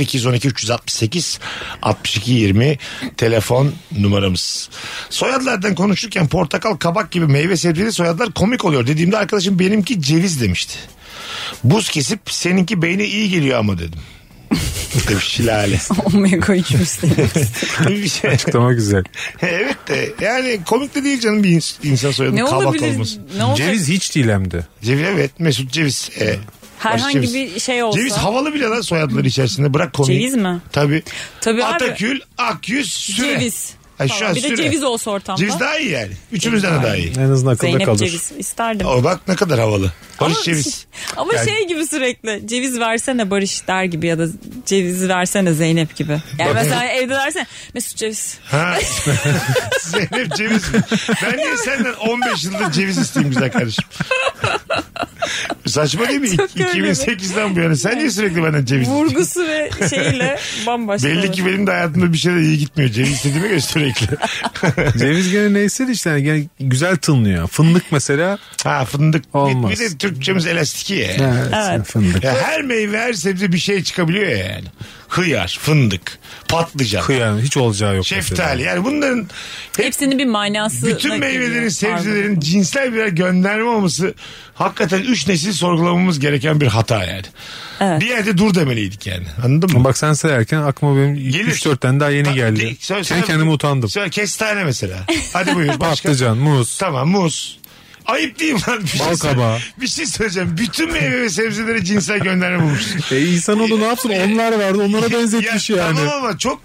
0212 368 62 20 telefon numaramız. Soyadlardan konuşurken portakal, kabak gibi meyve sebzeli soyadlar komik oluyor dediğimde arkadaşım benimki ceviz demişti. Buz kesip seninki beyne iyi geliyor ama dedim. Demiş Lale.
Omega 3 müslüman.
Bir şey.
Açıklama güzel.
Evet de yani komik de değil canım bir ins- insan soyadının
ne
kabak
olabilir?
olması.
Ne olacak?
Ceviz hiç değil hem de.
Ceviz evet Mesut Ceviz. e,
Herhangi
Barış Ceviz.
bir şey olsa.
Ceviz havalı bile lan soyadları içerisinde bırak konuyu.
Ceviz mi?
Tabii.
Tabii abi.
Atakül, Akyüz, Süre.
Ceviz.
Ay,
Tamam,
şu an
bir de
Süre.
ceviz olsa ortamda.
Ceviz daha iyi yani. Üçümüzden de daha iyi.
En azından akılda
Zeynep
kalır.
ceviz isterdim.
O bak ne kadar havalı. Barış
Ama-
Ceviz.
Ama
Yani-
şey gibi sürekli ceviz versene Barış der gibi ya da ceviz versene Zeynep gibi. Yani mesela evde versene Mesut ceviz.
Ha. Zeynep Ceviz mi? Ben niye senden 15 yıldır ceviz isteyeyim güzel kardeşim? Saçma değil mi?
Çok öyle mi?
2008'den bu yana. Sen niye sürekli benden ceviz istiyorsun?
Vurgusu ve şeyiyle bambaşka.
Belli
olur.
ki benim de hayatımda bir şeyler iyi gitmiyor. Ceviz istediğime göre sürekli.
Ceviz gene neyse de işte yani güzel tınlıyor. Fındık mesela.
ha fındık. Bir-
Olmaz.
Bir de Türkçemiz elastiki ya.
Evet. Fındık.
Ya her meyve her sebze bir şey çıkabiliyor ya yani. Hıyar, fındık, patlıcan,
Kıyam hiç olacağı yok. mesela.
şeftali. Yani bunların
Hepsinin bir manası.
bütün meyvelerin, sebzelerin cinsel birer gönderme olması hakikaten üç nesil sorgulamamız gereken bir hata yani. Bir yerde dur demeliydik yani. Anladın mı?
Bak sen sayarken aklıma benim
Gelir.
3-4 tane daha yeni
Ta- de-
geldi.
söyle-
Kendi
söyle-
kendime utandım.
Söyle kestane mesela. Hadi buyur. Başka.
Patlıcan, muz.
Tamam muz. Ayıp değil mi lan? Bir
Bal
söyle-
kabağı.
Bir şey söyleyeceğim. Bütün meyve ve sebzelere cinsel gönderme bulmuşsun.
E insanoğlu ne yapsın onlar vardı onlara benzetmiş şey yani.
Tamam ama çok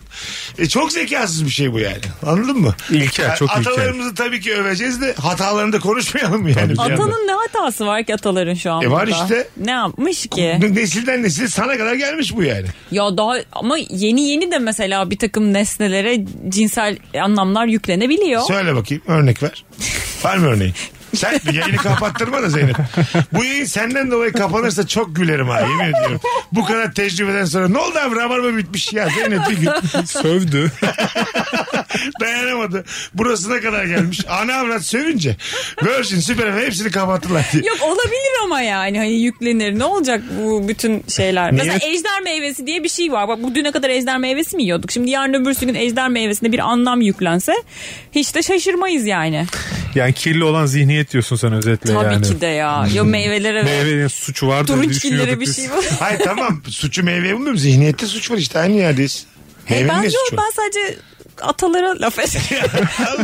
e, çok zekasız bir şey bu yani. Anladın mı?
İlkel,
Yani
çok ilkel.
Atalarımızı tabii ki öveceğiz de hatalarını da konuşmayalım yani. bir yandan.
Atanın ne hatası var ki ataların şu an
E var
burada?
işte.
Ne yapmış ki?
Nesilden nesile sana kadar gelmiş bu yani.
Ya daha ama yeni yeni de mesela bir takım nesnelere cinsel anlamlar yüklenebiliyor.
Söyle bakayım örnek ver. Var mı örneğin? Sen yayını kapattırma da Zeynep. Bu yayın senden dolayı kapanırsa çok gülerim ha yemin ediyorum. Bu kadar tecrübeden sonra ne oldu abi rabarba bitmiş ya Zeynep bir gün
Sövdü.
dayanamadı. Burasına kadar gelmiş. Ana avrat sövünce Virgin Süper FM hepsini kapattılar diye.
Yok olabilir ama yani hani yüklenir. Ne olacak bu bütün şeyler?
Niye?
Mesela ejder meyvesi diye bir şey var. Bak bu düne kadar ejder meyvesi mi yiyorduk? Şimdi yarın öbürsü gün ejder meyvesine bir anlam yüklense hiç de şaşırmayız yani.
Yani kirli olan zihniyet diyorsun sen özetle
Tabii
yani.
ki de ya. Yo meyvelere ve
Meyvenin suçu vardır diye
turunçgillere
düşünüyorduk
bir
biz.
şey var.
Hayır tamam suçu meyveye bulmuyorum. Zihniyette suç var işte aynı yerdeyiz.
Ben,
Meyvenin ne
yok,
suçu? var?
E, ben sadece atalara laf ediyorum.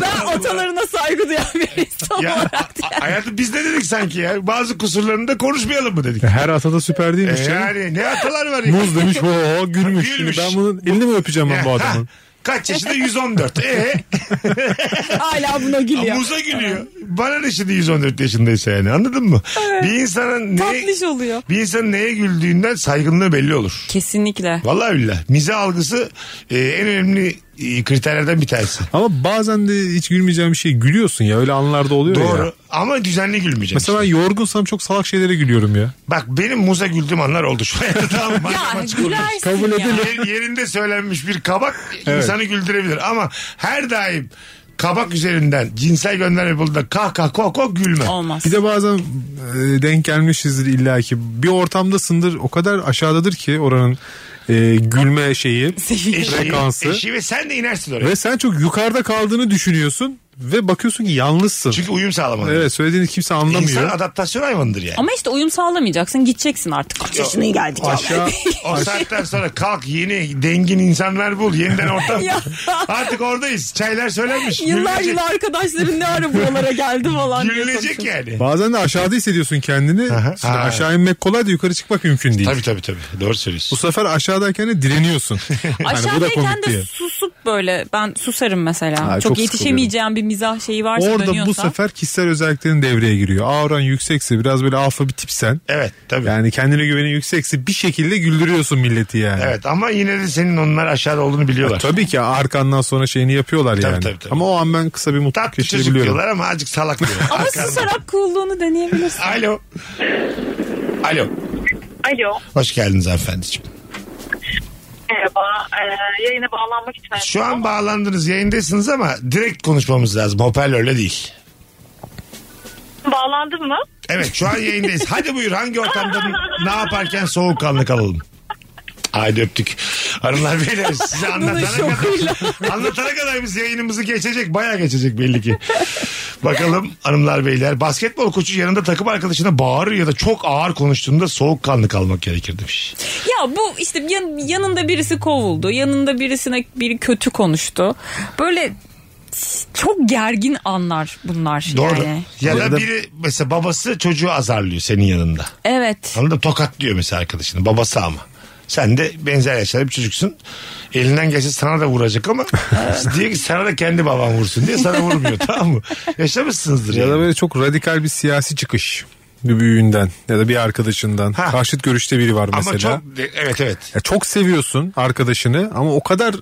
ben atalarına saygı duyan bir insan
Ya,
olarak.
a- hayatım biz ne dedik sanki ya? Bazı kusurlarını da konuşmayalım mı dedik?
Her atada süper
E
değilmiş. canım.
yani ne hatalar var ya?
Muz demiş o gülmüş. Şimdi
Gülmüş.
ben bunun elini mi öpeceğim ben bu
Ha,
adamın?
Kaç yaşında? 114. Ee,
Hala buna gülüyor.
muza gülüyor. Bana ne şimdi 114 yaşındaysa yani anladın mı? Bir insanın ne,
Tatlış oluyor.
bir insanın neye güldüğünden saygınlığı belli olur.
Kesinlikle.
Vallahi billahi. Mize algısı e, en önemli e, kriterlerden bir tanesi.
Ama bazen de hiç gülmeyeceğim bir şey gülüyorsun ya. Öyle anlarda oluyor ya.
Doğru. Ama düzenli gülmeyeceksin.
Mesela ben yorgunsam çok salak şeylere gülüyorum ya.
Bak benim muza güldüğüm anlar oldu şu hayatta tamam mı?
Ya
Maç-
gülersin
Kabul
ya.
edilir.
Yer- yerinde söylenmiş bir kabak
Evet.
insanı güldürebilir ama her daim kabak üzerinden cinsel gönderme bulduğunda kah kah kok kok gülme.
Olmaz.
Bir de bazen e, denk gelmişizdir illa ki. Bir ortamdasındır o kadar aşağıdadır ki oranın e, gülme şeyi.
Eşi,
Frekansı.
eşi ve sen de inersin oraya.
Ve sen çok yukarıda kaldığını düşünüyorsun ve bakıyorsun ki yalnızsın.
Çünkü uyum sağlamadın.
Evet söylediğini kimse anlamıyor.
İnsan adaptasyon hayvanıdır yani.
Ama işte uyum sağlamayacaksın gideceksin artık. Kaç yaşına geldik ya.
Aşağı
O saatten sonra kalk yeni dengin insanlar bul. Yeniden ortam.
Ya.
Artık oradayız. Çaylar söylenmiş.
Yıllar
Gülünecek.
yıl arkadaşların ne ara buralara geldi falan. diye
Gülünecek
konuşuyor.
yani.
bazen de aşağıda hissediyorsun kendini.
Aha.
Şimdi
Ha.
aşağı inmek kolay da yukarı çıkmak mümkün değil.
Tabii tabii tabii. Doğru
Bu
söylüyorsun.
sefer aşağıdayken de direniyorsun. Hani bu da
Aşağıdayken
komik
de
diye.
susup böyle ben susarım mesela.
Ha,
çok,
çok
yetişemeyeceğim bir mizah şeyi varsa
Orada
dönüyorsa.
bu sefer kişisel özelliklerin devreye giriyor. Auran yüksekse biraz böyle alfa bir tipsen.
Evet tabii.
Yani kendine güvenin yüksekse bir şekilde güldürüyorsun milleti yani.
Evet ama yine de senin onlar aşağıda olduğunu
Ya
biliyorlar.
Tabii ki arkandan sonra şeyini yapıyorlar
Tabii,
yani.
tabii, tabii.
Ama o an ben kısa bir mutluluk
Tatlı çocuk
yaşayabiliyorum.
diyorlar ama azıcık salak diyorlar.
Ama
Arkadan.
susarak cool'luğunu deneyebilirsin.
Alo. Alo.
Alo.
Hoş geldiniz hanımefendiciğim.
Merhaba. Ee, yayına bağlanmak için.
Şu an bağlandınız yayındasınız ama direkt konuşmamız lazım. Hoparlörle değil.
bağlandım mı?
Evet şu an yayındayız. Hadi buyur hangi ortamda ne yaparken soğukkanlı kalalım. Haydi öptük. Hanımlar beyler size anlatana kadar, anlatana kadar biz yayınımızı geçecek. Baya geçecek belli ki. Bakalım hanımlar beyler. Basketbol koçu yanında takım arkadaşına bağırır ya da çok ağır konuştuğunda soğukkanlı kalmak gerekir demiş.
Ya bu işte yan- yanında birisi kovuldu. Yanında birisine biri kötü konuştu. Böyle çok gergin anlar bunlar
Doğru.
yani.
Ya
Ya
da
da-
biri mesela babası çocuğu azarlıyor senin yanında.
Evet.
Anladın mı? Tokatlıyor mesela arkadaşını. Babası ama. Sen de benzer yaşlarda bir çocuksun. Elinden gelse sana da vuracak ama diye ki sana da kendi baban vursun diye sana vurmuyor tamam mı? Yaşamışsınızdır
Ya
yani.
da böyle çok radikal bir siyasi çıkış. Bir büyüğünden ya da bir arkadaşından.
Ha.
Karşıt görüşte biri var
Ama
mesela.
çok evet evet.
Ya çok seviyorsun arkadaşını ama o kadar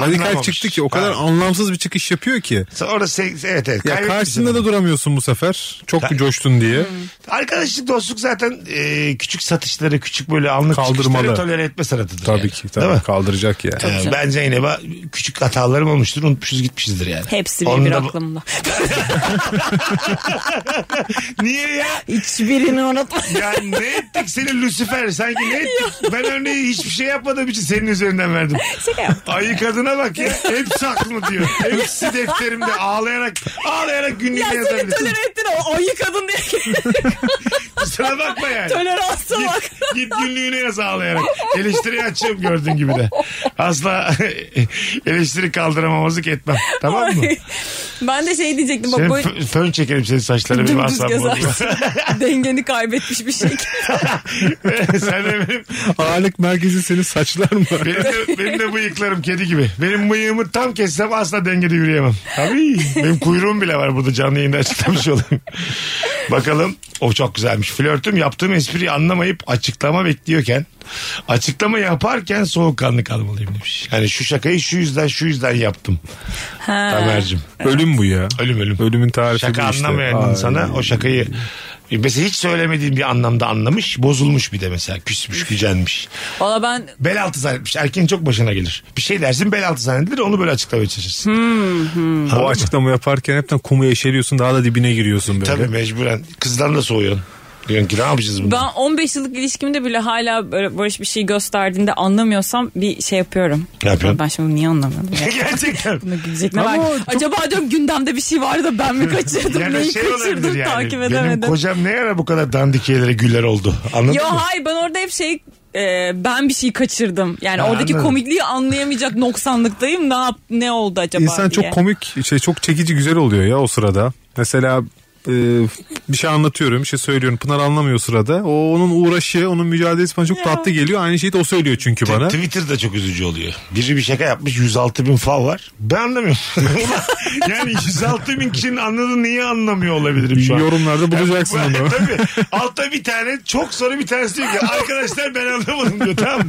radikal
Anlamamış.
çıktı ki o kadar
Ha.
anlamsız bir çıkış yapıyor ki.
Sen Orada se- evet evet.
Ya
kaybetmişsin
karşısında
onu.
da duramıyorsun bu sefer. Çok
Ka-
coştun diye.
Arkadaşlık dostluk zaten e, küçük satışları küçük böyle anlık
Kaldırmalı.
çıkışları tolere etme sanatıdır.
Tabii
yani.
ki.
Değil
Tabii
mi?
kaldıracak yani.
Ee, ben Zeynep'e küçük hatalarım olmuştur unutmuşuz gitmişizdir yani.
Hepsi bir,
Onun
bir
da-
aklımda.
Niye ya?
Hiçbirini unutma.
Ya ne ettik seni Lucifer sanki ne ettik? ben örneği hiçbir şey yapmadığım için senin üzerinden verdim.
Şaka Şey yap.
Ayı kadına bak ya. Hepsi haklı diyor. Hepsi defterimde ağlayarak ağlayarak
Ya
günlüğüne
seni
yazabilirsin.
tolere ettin o ayı kadın diye.
Kusura bakma yani.
Toleransa bak.
Git, git günlüğüne yaz ağlayarak. Eleştiri açığım gördüğün gibi de. Asla eleştiri kaldıramamazlık etmem. Tamam mı?
Ay. Ben de şey diyecektim bak
Senin
böyle
fö- fön çekerim senin saçlarına benim
dümdüz
aslan
gezersin. Dengeni kaybetmiş bir şey.
Sen de benim
Ağırlık merkezi senin saçlar mı?
Benim de, benim de bıyıklarım kedi gibi. Benim bıyığımı tam kessem asla dengede yürüyemem. Tabii. Benim kuyruğum bile var burada canlı yayında açıklamış olayım. Bakalım. O çok güzelmiş. Flörtüm yaptığım espriyi anlamayıp açıklama bekliyorken açıklama yaparken soğukkanlı kalmalıyım demiş. Yani şu şakayı şu yüzden şu yüzden yaptım. Tamer'cim.
Ölüm bu ya.
Ölüm ölüm.
Ölümün tarifi
Şaka
bu işte.
anlamayan
Ay.
insana o şakayı mesela hiç söylemediğim bir anlamda anlamış bozulmuş bir de mesela küsmüş gücenmiş.
Valla ben
Bel altı zannetmiş. Erkeğin çok başına gelir. Bir şey dersin bel altı zannedilir onu böyle açıklamaya çalışırsın.
Hmm,
O açıklama yaparken hepten kumu eşeliyorsun daha da dibine giriyorsun böyle.
Tabii mecburen. Kızdan da soğuyorsun. Diyorsun ki ne yapacağız bunu?
ben 15 yıllık ilişkimde bile hala böyle Barış bir şey gösterdiğinde anlamıyorsam bir şey yapıyorum.
Ne yapıyorsun?
Ben şimdi niye anlamıyorum? ya?
Gerçekten.
Buna gülecekler.
Ama
Ben-
o çok-
Acaba diyorum gündemde bir şey vardı da ben mi kaçırdım?
Yani
neyi
şey olabilir
kaçırdım
yani.
takip
Benim
edemedim.
kocam ne ara bu kadar dandikiyelere güller oldu? Anladın
Yo
mı?
hayır ben orada hep şey e, ben bir şey kaçırdım. Yani
Ha,
oradaki
anladım.
komikliği anlayamayacak noksanlıktayım. Ne yap ne oldu acaba
İnsan
diye.
çok komik, şey çok çekici güzel oluyor ya o sırada. Mesela e, bir şey anlatıyorum, bir şey söylüyorum. Pınar anlamıyor o sırada. O onun uğraşı, onun mücadelesi bana çok tatlı geliyor. Aynı şeyi de o söylüyor çünkü bana.
Twitter'da çok üzücü oluyor. Biri bir şaka yapmış 106 bin fav var. Ben anlamıyorum. Ulan yani 106 bin kişinin anladığını niye anlamıyor olabilirim şu an?
Yorumlarda bulacaksın
Yani
onu.
Tabii. Altta bir tane çok soru bir tanesi diyor ki arkadaşlar ben anlamadım diyor tamam mı?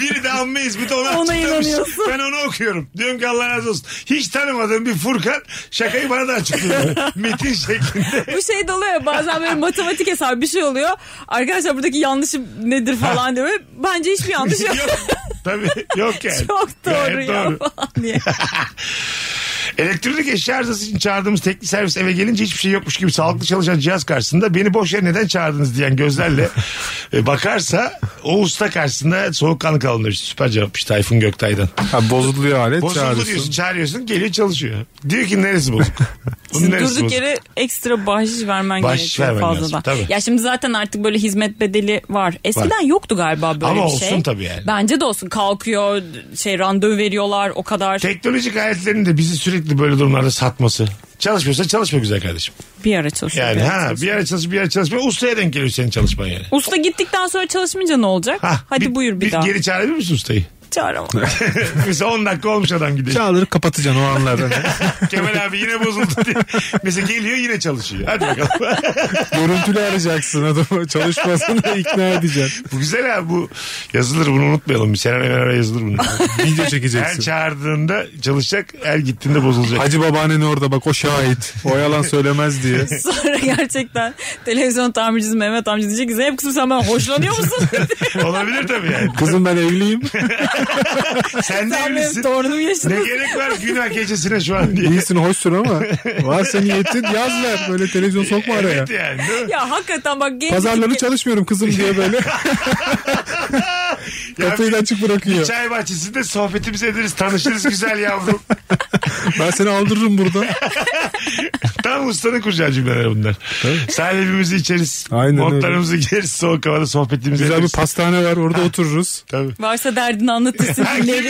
Biri de amma İzmit'e ona,
Ona
açıklamış.
inanıyorsun.
Ben onu okuyorum. Diyorum ki Allah razı olsun. Hiç tanımadığım bir Furkan şakayı bana da açıklıyor. Metin şeklinde.
Bu şey de oluyor ya, bazen böyle matematik hesabı bir şey oluyor. Arkadaşlar buradaki yanlışım nedir falan diyor. Bence hiçbir yanlış yok.
yok. Tabii yok yani.
Çok doğru
Gayet
ya
doğru.
falan diye.
Elektronik eşya arızası için çağırdığımız teknik servis eve gelince hiçbir şey yokmuş gibi sağlıklı çalışan cihaz karşısında beni boş yere neden çağırdınız diyen gözlerle e, bakarsa o usta karşısında soğukkanlı kalın demiş. Süper cevapmış Tayfun Göktay'dan.
Ha, bozuluyor alet
Bozuldu diyorsun
çağırıyorsun.
çağırıyorsun geliyor çalışıyor. Diyor ki neresi bozuk? Bunun
Şimdi
neresi
durduk
bozuk?
yere ekstra bahşiş vermen
Bahşiş
gerekiyor
vermen lazım,
fazladan.
tabii.
Ya şimdi zaten artık böyle hizmet bedeli var. Eskiden yoktu galiba böyle
Ama
bir şey.
olsun tabii yani.
Bence de olsun. Kalkıyor, şey randevu veriyorlar o kadar.
Teknolojik aletlerin de bizi sürekli böyle durumlarda satması. Çalışmıyorsa çalışma güzel kardeşim.
Bir ara çalışıyor.
Yani
bir ara
ha
çalışıyor.
bir yere çalışıp bir yere çalışmıyor. Ustaya denk geliyor senin çalışman yani.
Usta gittikten sonra çalışmayınca ne olacak?
Ha,
Hadi buyur bir, daha.
Geri çağırabilir misin ustayı?
Çağır ama.
Mesela 10 dakika olmuş adam gidiyor.
Çağırıp kapatacaksın o anlarda.
Kemal abi yine bozuldu diye. Mesela geliyor yine çalışıyor. Hadi bakalım.
Görüntülü arayacaksın adamı. Çalışmasını da ikna edeceksin.
bu güzel abi bu. Yazılır bunu unutmayalım. Bir sene evvel yazılır bunu.
Video
her
çekeceksin.
çağırdığında çalışacak, her gittiğinde bozulacak.
Hacı babaannen orada bak o şahit. O yalan söylemez diye.
Sonra gerçekten televizyon tamircisi Mehmet amca diyecek ki Zeynep kızım sen bana hoşlanıyor musun?
Olabilir tabii yani.
Kızım ben evliyim.
Sen de
sen benim
evlisin.
torunumu yaşadın.
Ne gerek var günah gecesine şu an diye.
İyisin hoşsun ama varsa niyetin yaz ver. Böyle televizyon sokma araya.
Evet yani. değil mi?
Ya hakikaten bak genç
Pazarları çalışmıyorum kızım diye böyle
Ya
kapıyı da
bir- bir
açık bırakıyor.
çay bahçesinde sohbetimizi ederiz. Tanışırız güzel yavrum.
Ben seni aldırırım burada.
Tam ustanın kuracağı cümleler bunlar. Sahibimizi içeriz.
Aynen öyle.
montlarımızı giyeriz. Soğuk havada sohbetimizi
Güzel bir
ederiz.
pastane var orada otururuz.
Tabii.
varsa derdini anlatırsın
Ha,
dinlerim.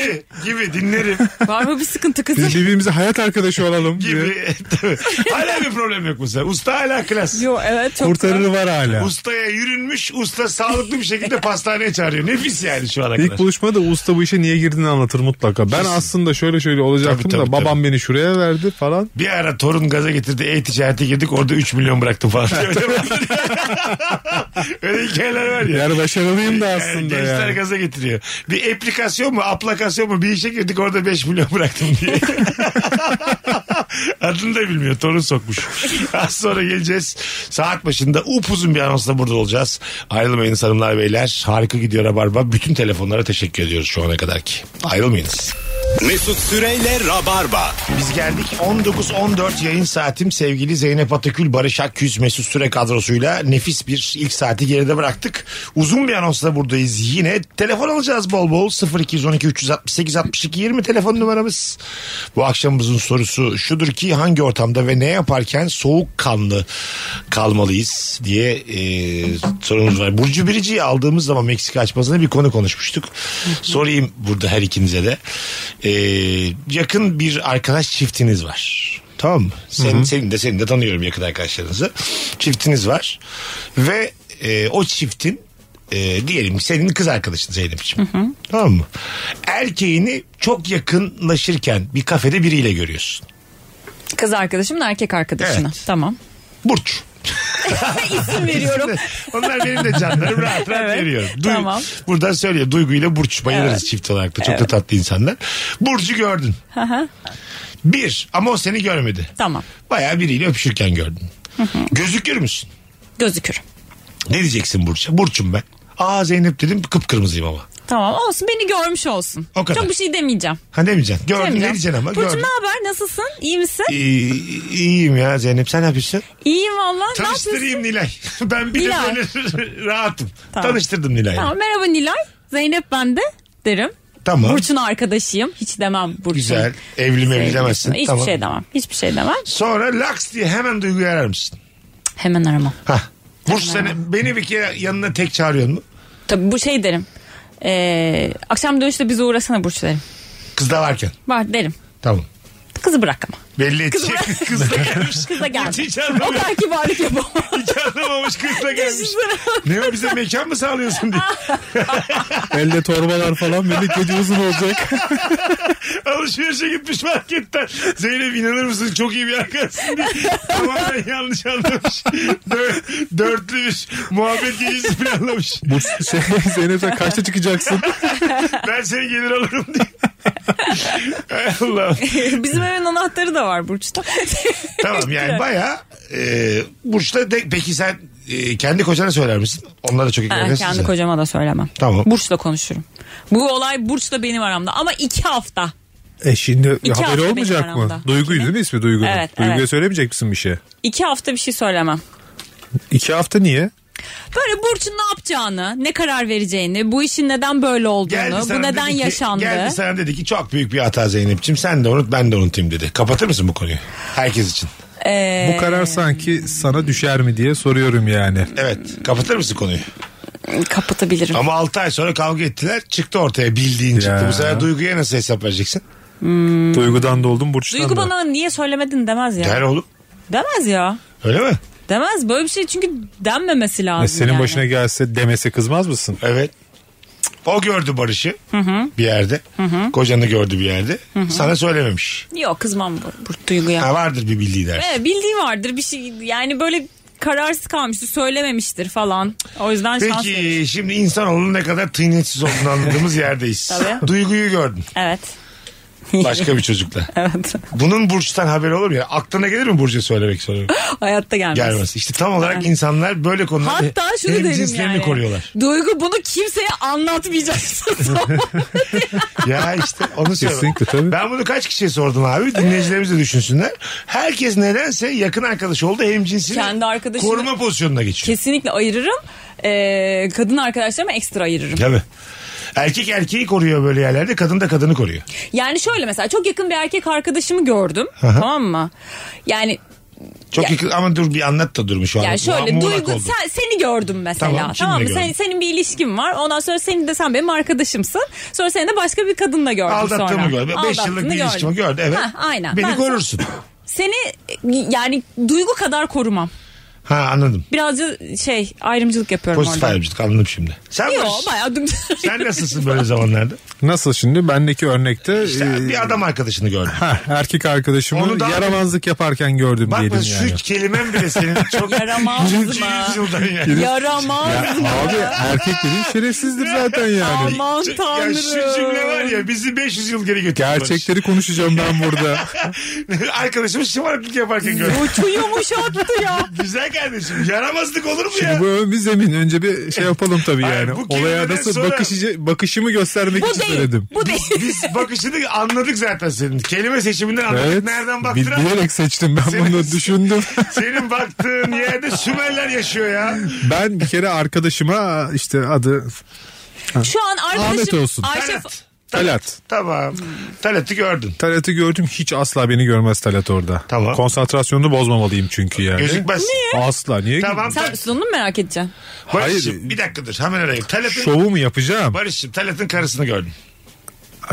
gibi, gibi dinlerim.
Var mı bir sıkıntı kızım?
Biz birbirimize hayat arkadaşı olalım diye.
gibi. Tabii. hala bir problem yok mesela. Usta hala klas.
Yo evet çok
Kurtarırı var hala.
Ustaya yürünmüş, usta sağlıklı bir şekilde pastaneye çağırıyor. Nefis yani şu ana
İlk
kadar.
buluşmada usta bu işe niye girdiğini anlatır mutlaka. Ben aslında şöyle şöyle olacaktım
Tabii, tabii,
da babam beni şuraya verdi falan.
Bir ara torun gaza getirdi, e-ticarete girdik orada 3 milyon bıraktım falan. Öyle hikayeler var ya.
Yani başarılıyım da
Yani
aslında
gençler
yani.
gaza getiriyor. Bir aplikasyon mu, aplikasyon mu bir işe girdik orada 5 milyon bıraktım diye. Adını da bilmiyor. Torun sokmuş. Az sonra geleceğiz. Saat başında upuzun bir anonsla burada olacağız. Ayrılmayınız hanımlar beyler. Harika gidiyor Rabarba. Bütün telefonlara teşekkür ediyoruz şu ana kadar ki. Ayrılmayınız.
Mesut Süreyle Rabarba.
Biz geldik 19-14 yayın saatim sevgili Zeynep Atakül, Barış Akküz, Mesut Süre kadrosuyla nefis bir ilk saati geride bıraktık. Uzun bir anonsla buradayız yine. Telefon alacağız bol bol 0212 368 62 20 telefon numaramız. Bu akşamımızın sorusu şudur ki hangi ortamda ve ne yaparken soğukkanlı kalmalıyız diye e, sorumuz var. Burcu Birici'yi aldığımız zaman Meksika açmasına bir konu konuşmuştuk. Sorayım burada her ikinize de. E, yakın bir arkadaş çiftiniz var. Tamam mı? Sen, Senin de senin de tanıyorum yakın arkadaşlarınızı. Çiftiniz var. Ve e, o çiftin e, diyelim ki senin kız arkadaşın Zeynep'ciğim. Tamam mı? Erkeğini çok yakınlaşırken bir kafede biriyle görüyorsun.
Kız arkadaşımla erkek arkadaşına.
Evet.
Tamam.
Burç.
İsim veriyorum.
Onlar benim de canlarım rahat rahat
Evet,
veriyorum.
tamam.
Buradan söyleyeyim. Duygu ile Burç bayılırız
Evet.
çift olarak da. Çok da tatlı insanlar. Burcu gördün. Bir ama o seni görmedi.
tamam
Bayağı biriyle öpüşürken gördün. Gözükür müsün?
gözükür.
Ne diyeceksin Burç'a? Burç'um ben. Aa Zeynep dedim kıpkırmızıyım ama.
Tamam olsun beni görmüş olsun.
O kadar.
Çok bir şey demeyeceğim.
Ha demeyeceksin. Gördün ne
demeyeceğim.
diyeceksin ama
Burcu'm
gördün.
ne haber nasılsın iyi misin?
İyi- iyiyim ya Zeynep sen ne
E,
yapıyorsun?
İyiyim valla ne yapıyorsun?
Tanıştırayım Nilay. Ben bir
Nilay.
de böyle rahatım.
Tamam.
Tanıştırdım Nilay'ı.
Tamam, merhaba Nilay Zeynep ben de derim.
Tamam.
Burç'un arkadaşıyım. Hiç demem Burç'un.
Güzel. Evli mevli
sevgilisine.
demezsin.
Hiçbir
Tamam.
şey demem. Hiçbir şey demem.
Sonra laks diye hemen Duygu'yu arar mısın?
Hemen aramam.
Hah. Burç seni, beni bir kere yanına tek çağırıyorsun mu?
Tabii bu şey derim. Ee, akşam dönüşte bize uğrasana Burç derim.
Kız da varken.
Var derim.
Tamam.
Kızı bırak ama.
Belli edecek. Kız da gelmiş.
Kız da gelme.
Hiç
o
anlamamış.
kadar kibarlık yapamam.
Hiç anlamamış kız da gelmiş.
Düşünsene.
ne o bize mekan mı sağlıyorsun diye.
Elde torbalar falan böyle gece uzun olacak.
Alışverişe gitmiş marketten. Zeynep inanır mısın çok iyi bir arkadaşsın diye. Tamamen yanlış anlamış. Dör- dörtlü bir muhabbet gecesi planlamış.
Bu şey, Zeynep sen kaçta çıkacaksın?
Ben seni gelir alırım diye. Hay Allah.
Bizim evin anahtarı da var Burç'ta.
Tamam yani baya e, Burç'ta de, peki sen e, kendi kocana söyler misin? Onlar da çok iyi
Ha,
arkadaşsın.
kendi
sen.
kocama da söylemem.
Tamam.
Burç'la konuşurum. Bu olay Burç'la benim aramda ama iki hafta.
E şimdi
İki hafta
haberi
benim
olmayacak mı?
aramda.
Duygu'ydu değil mi ismi Duygu?
Evet,
Duygu'ya
evet.
söylemeyecek misin bir şey?
İki hafta bir şey söylemem.
İki hafta niye?
Böyle Burç'un ne yapacağını, ne karar vereceğini, bu işin neden böyle
Geldi
olduğunu,
sana
bu neden
dedi ki-
yaşandı.
Geldi sana dedi ki çok büyük bir hata Zeynep'ciğim sen de unut ben de unutayım dedi. Kapatır mısın bu konuyu? Herkes için.
Ee,
Bu karar sanki sana düşer mi diye soruyorum yani.
Evet kapatır mısın konuyu?
Kapatabilirim.
Ama 6 ay sonra kavga ettiler çıktı ortaya bildiğin çıktı.
Ya.
Bu sefer Duygu'ya nasıl hesap vereceksin?
Duygudan da oldum Burç'tan
Hmm. Duygu
da.
bana niye söylemedin demez ya.
Gel oğlum
Demez ya.
öyle mi?
Demez böyle bir şey çünkü denmemesi lazım.
Ya E, senin
yani.
başına gelse demese kızmaz mısın?
Evet. O gördü Barış'ı bir yerde. Kocanı gördü bir yerde. Sana söylememiş.
Yok kızmam bu, bu duyguya.
Ha, vardır bir bildiği der.
Evet, bildiği vardır bir şey yani böyle kararsız kalmıştır söylememiştir falan. O yüzden şans verir.
Peki şimdi insanoğlunun ne kadar tıynetsiz olduğunu anladığımız yerdeyiz.
Tabii.
Duyguyu gördün
Evet.
başka bir çocukla.
Evet.
Bunun Burç'tan haberi olur mu ya. Aklına gelir mi Burç'a söylemek söylemek?
Hayatta gelmez.
Gelmez. İşte tam olarak insanlar böyle konularda
Hatta şunu
hem
derim
cinslerini
yani.
koruyorlar.
Duygu bunu kimseye anlatmayacaksın.
ya işte onu söylüyorum.
Kesinlikle tabii.
Ben bunu kaç kişiye sordum abi. Dinleyicilerimiz de düşünsünler. Herkes nedense yakın arkadaş oldu hem cinsini
Kendi arkadaşını-
koruma pozisyonuna geçiyor.
Kesinlikle ayırırım. Ee, kadın arkadaşlarıma ekstra ayırırım.
Tabii. Erkek erkeği koruyor böyle yerlerde. Kadın da kadını koruyor.
Yani şöyle mesela çok yakın bir erkek arkadaşımı gördüm. tamam mı? Yani
Çok yakın- ama dur bir anlat da durmuş şu an.
Yani şöyle
Mu- muğlak
Duygu
oldum.
sen- seni gördüm mesela.
Tamam,
Tamam,
kimle
mı?
gördün?
Sen, senin bir ilişkin var. Ondan sonra senin de sen benim arkadaşımsın. Sonra seni de başka bir kadınla gördüm sonra.
Aldattığımı gördü. 5 yıllık
Aldattığını
bir ilişkimi gördü. Evet.
Ha, aynen.
Beni
Ben
korursun.
Seni yani duygu kadar korumam.
Ha anladım.
Birazcık şey ayrımcılık yapıyorum
Pozitif
orada.
ayrımcılık anladım şimdi. Sen
Yo
Barış,
bayağı dümdüz.
Sen nasılsın böyle zamanlarda?
Nasıl şimdi? Bendeki örnekte
İşte
e,
bir adam arkadaşını gördüm.
ha, erkek arkadaşımı
Onu daha-
yaramazlık yaparken gördüm
Bak
diyelim
bak, şu
yani.
kelimen bile senin çok...
Yaramaz
Çünkü
mı?
yüzyıldan yani.
Yaramaz.
Ya abi erkek dediğin şerefsizdir zaten yani.
Aman
Ya şu cümle var
tanrım.
ya bizi 500 yıl geri götürdü.
Gerçekleri konuşacağım ben burada.
Barış. Arkadaşımız şımarıklık yaparken gördüm.
Uçu yumuşattı ya.
Güzel kardeşim yaramazlık olur mu ya?
Şimdi bu ön bir zemin. Önce bir şey yapalım tabii
Hayır,
yani.
bu
Olaya
kelimeden
nasıl
sonra-
bakışı, bakışımı göstermek
Bu
için
değil.
şey söyledim.
Bu değil.
Biz bakışını anladık zaten senin. Kelime seçiminden anladık.
Evet.
Nereden
Bil-
baktın? ama
Bilerek seçtim ben
Senin-
bunu düşündüm.
Senin baktığın yerde Sümerler yaşıyor ya.
ben bir kere arkadaşıma işte adı
Şu an arkadaşım
Ahmet olsun.
Ayşe
Talat.
Talat.
Tamam. Talat'ı gördün.
Talat'ı gördüm hiç asla beni görmez Talat orada.
Tamam.
Konsantrasyonunu bozmamalıyım çünkü yani.
Gözükmez.
Asla niye?
Tamam.
sen sonunu mu merak edeceksin.
Barış'ım
Hayır.
bir dakikadır hemen arayayım. Talat'ın
Şovu mu yapacağım?
Barış'ım Talat'ın karısını gördün.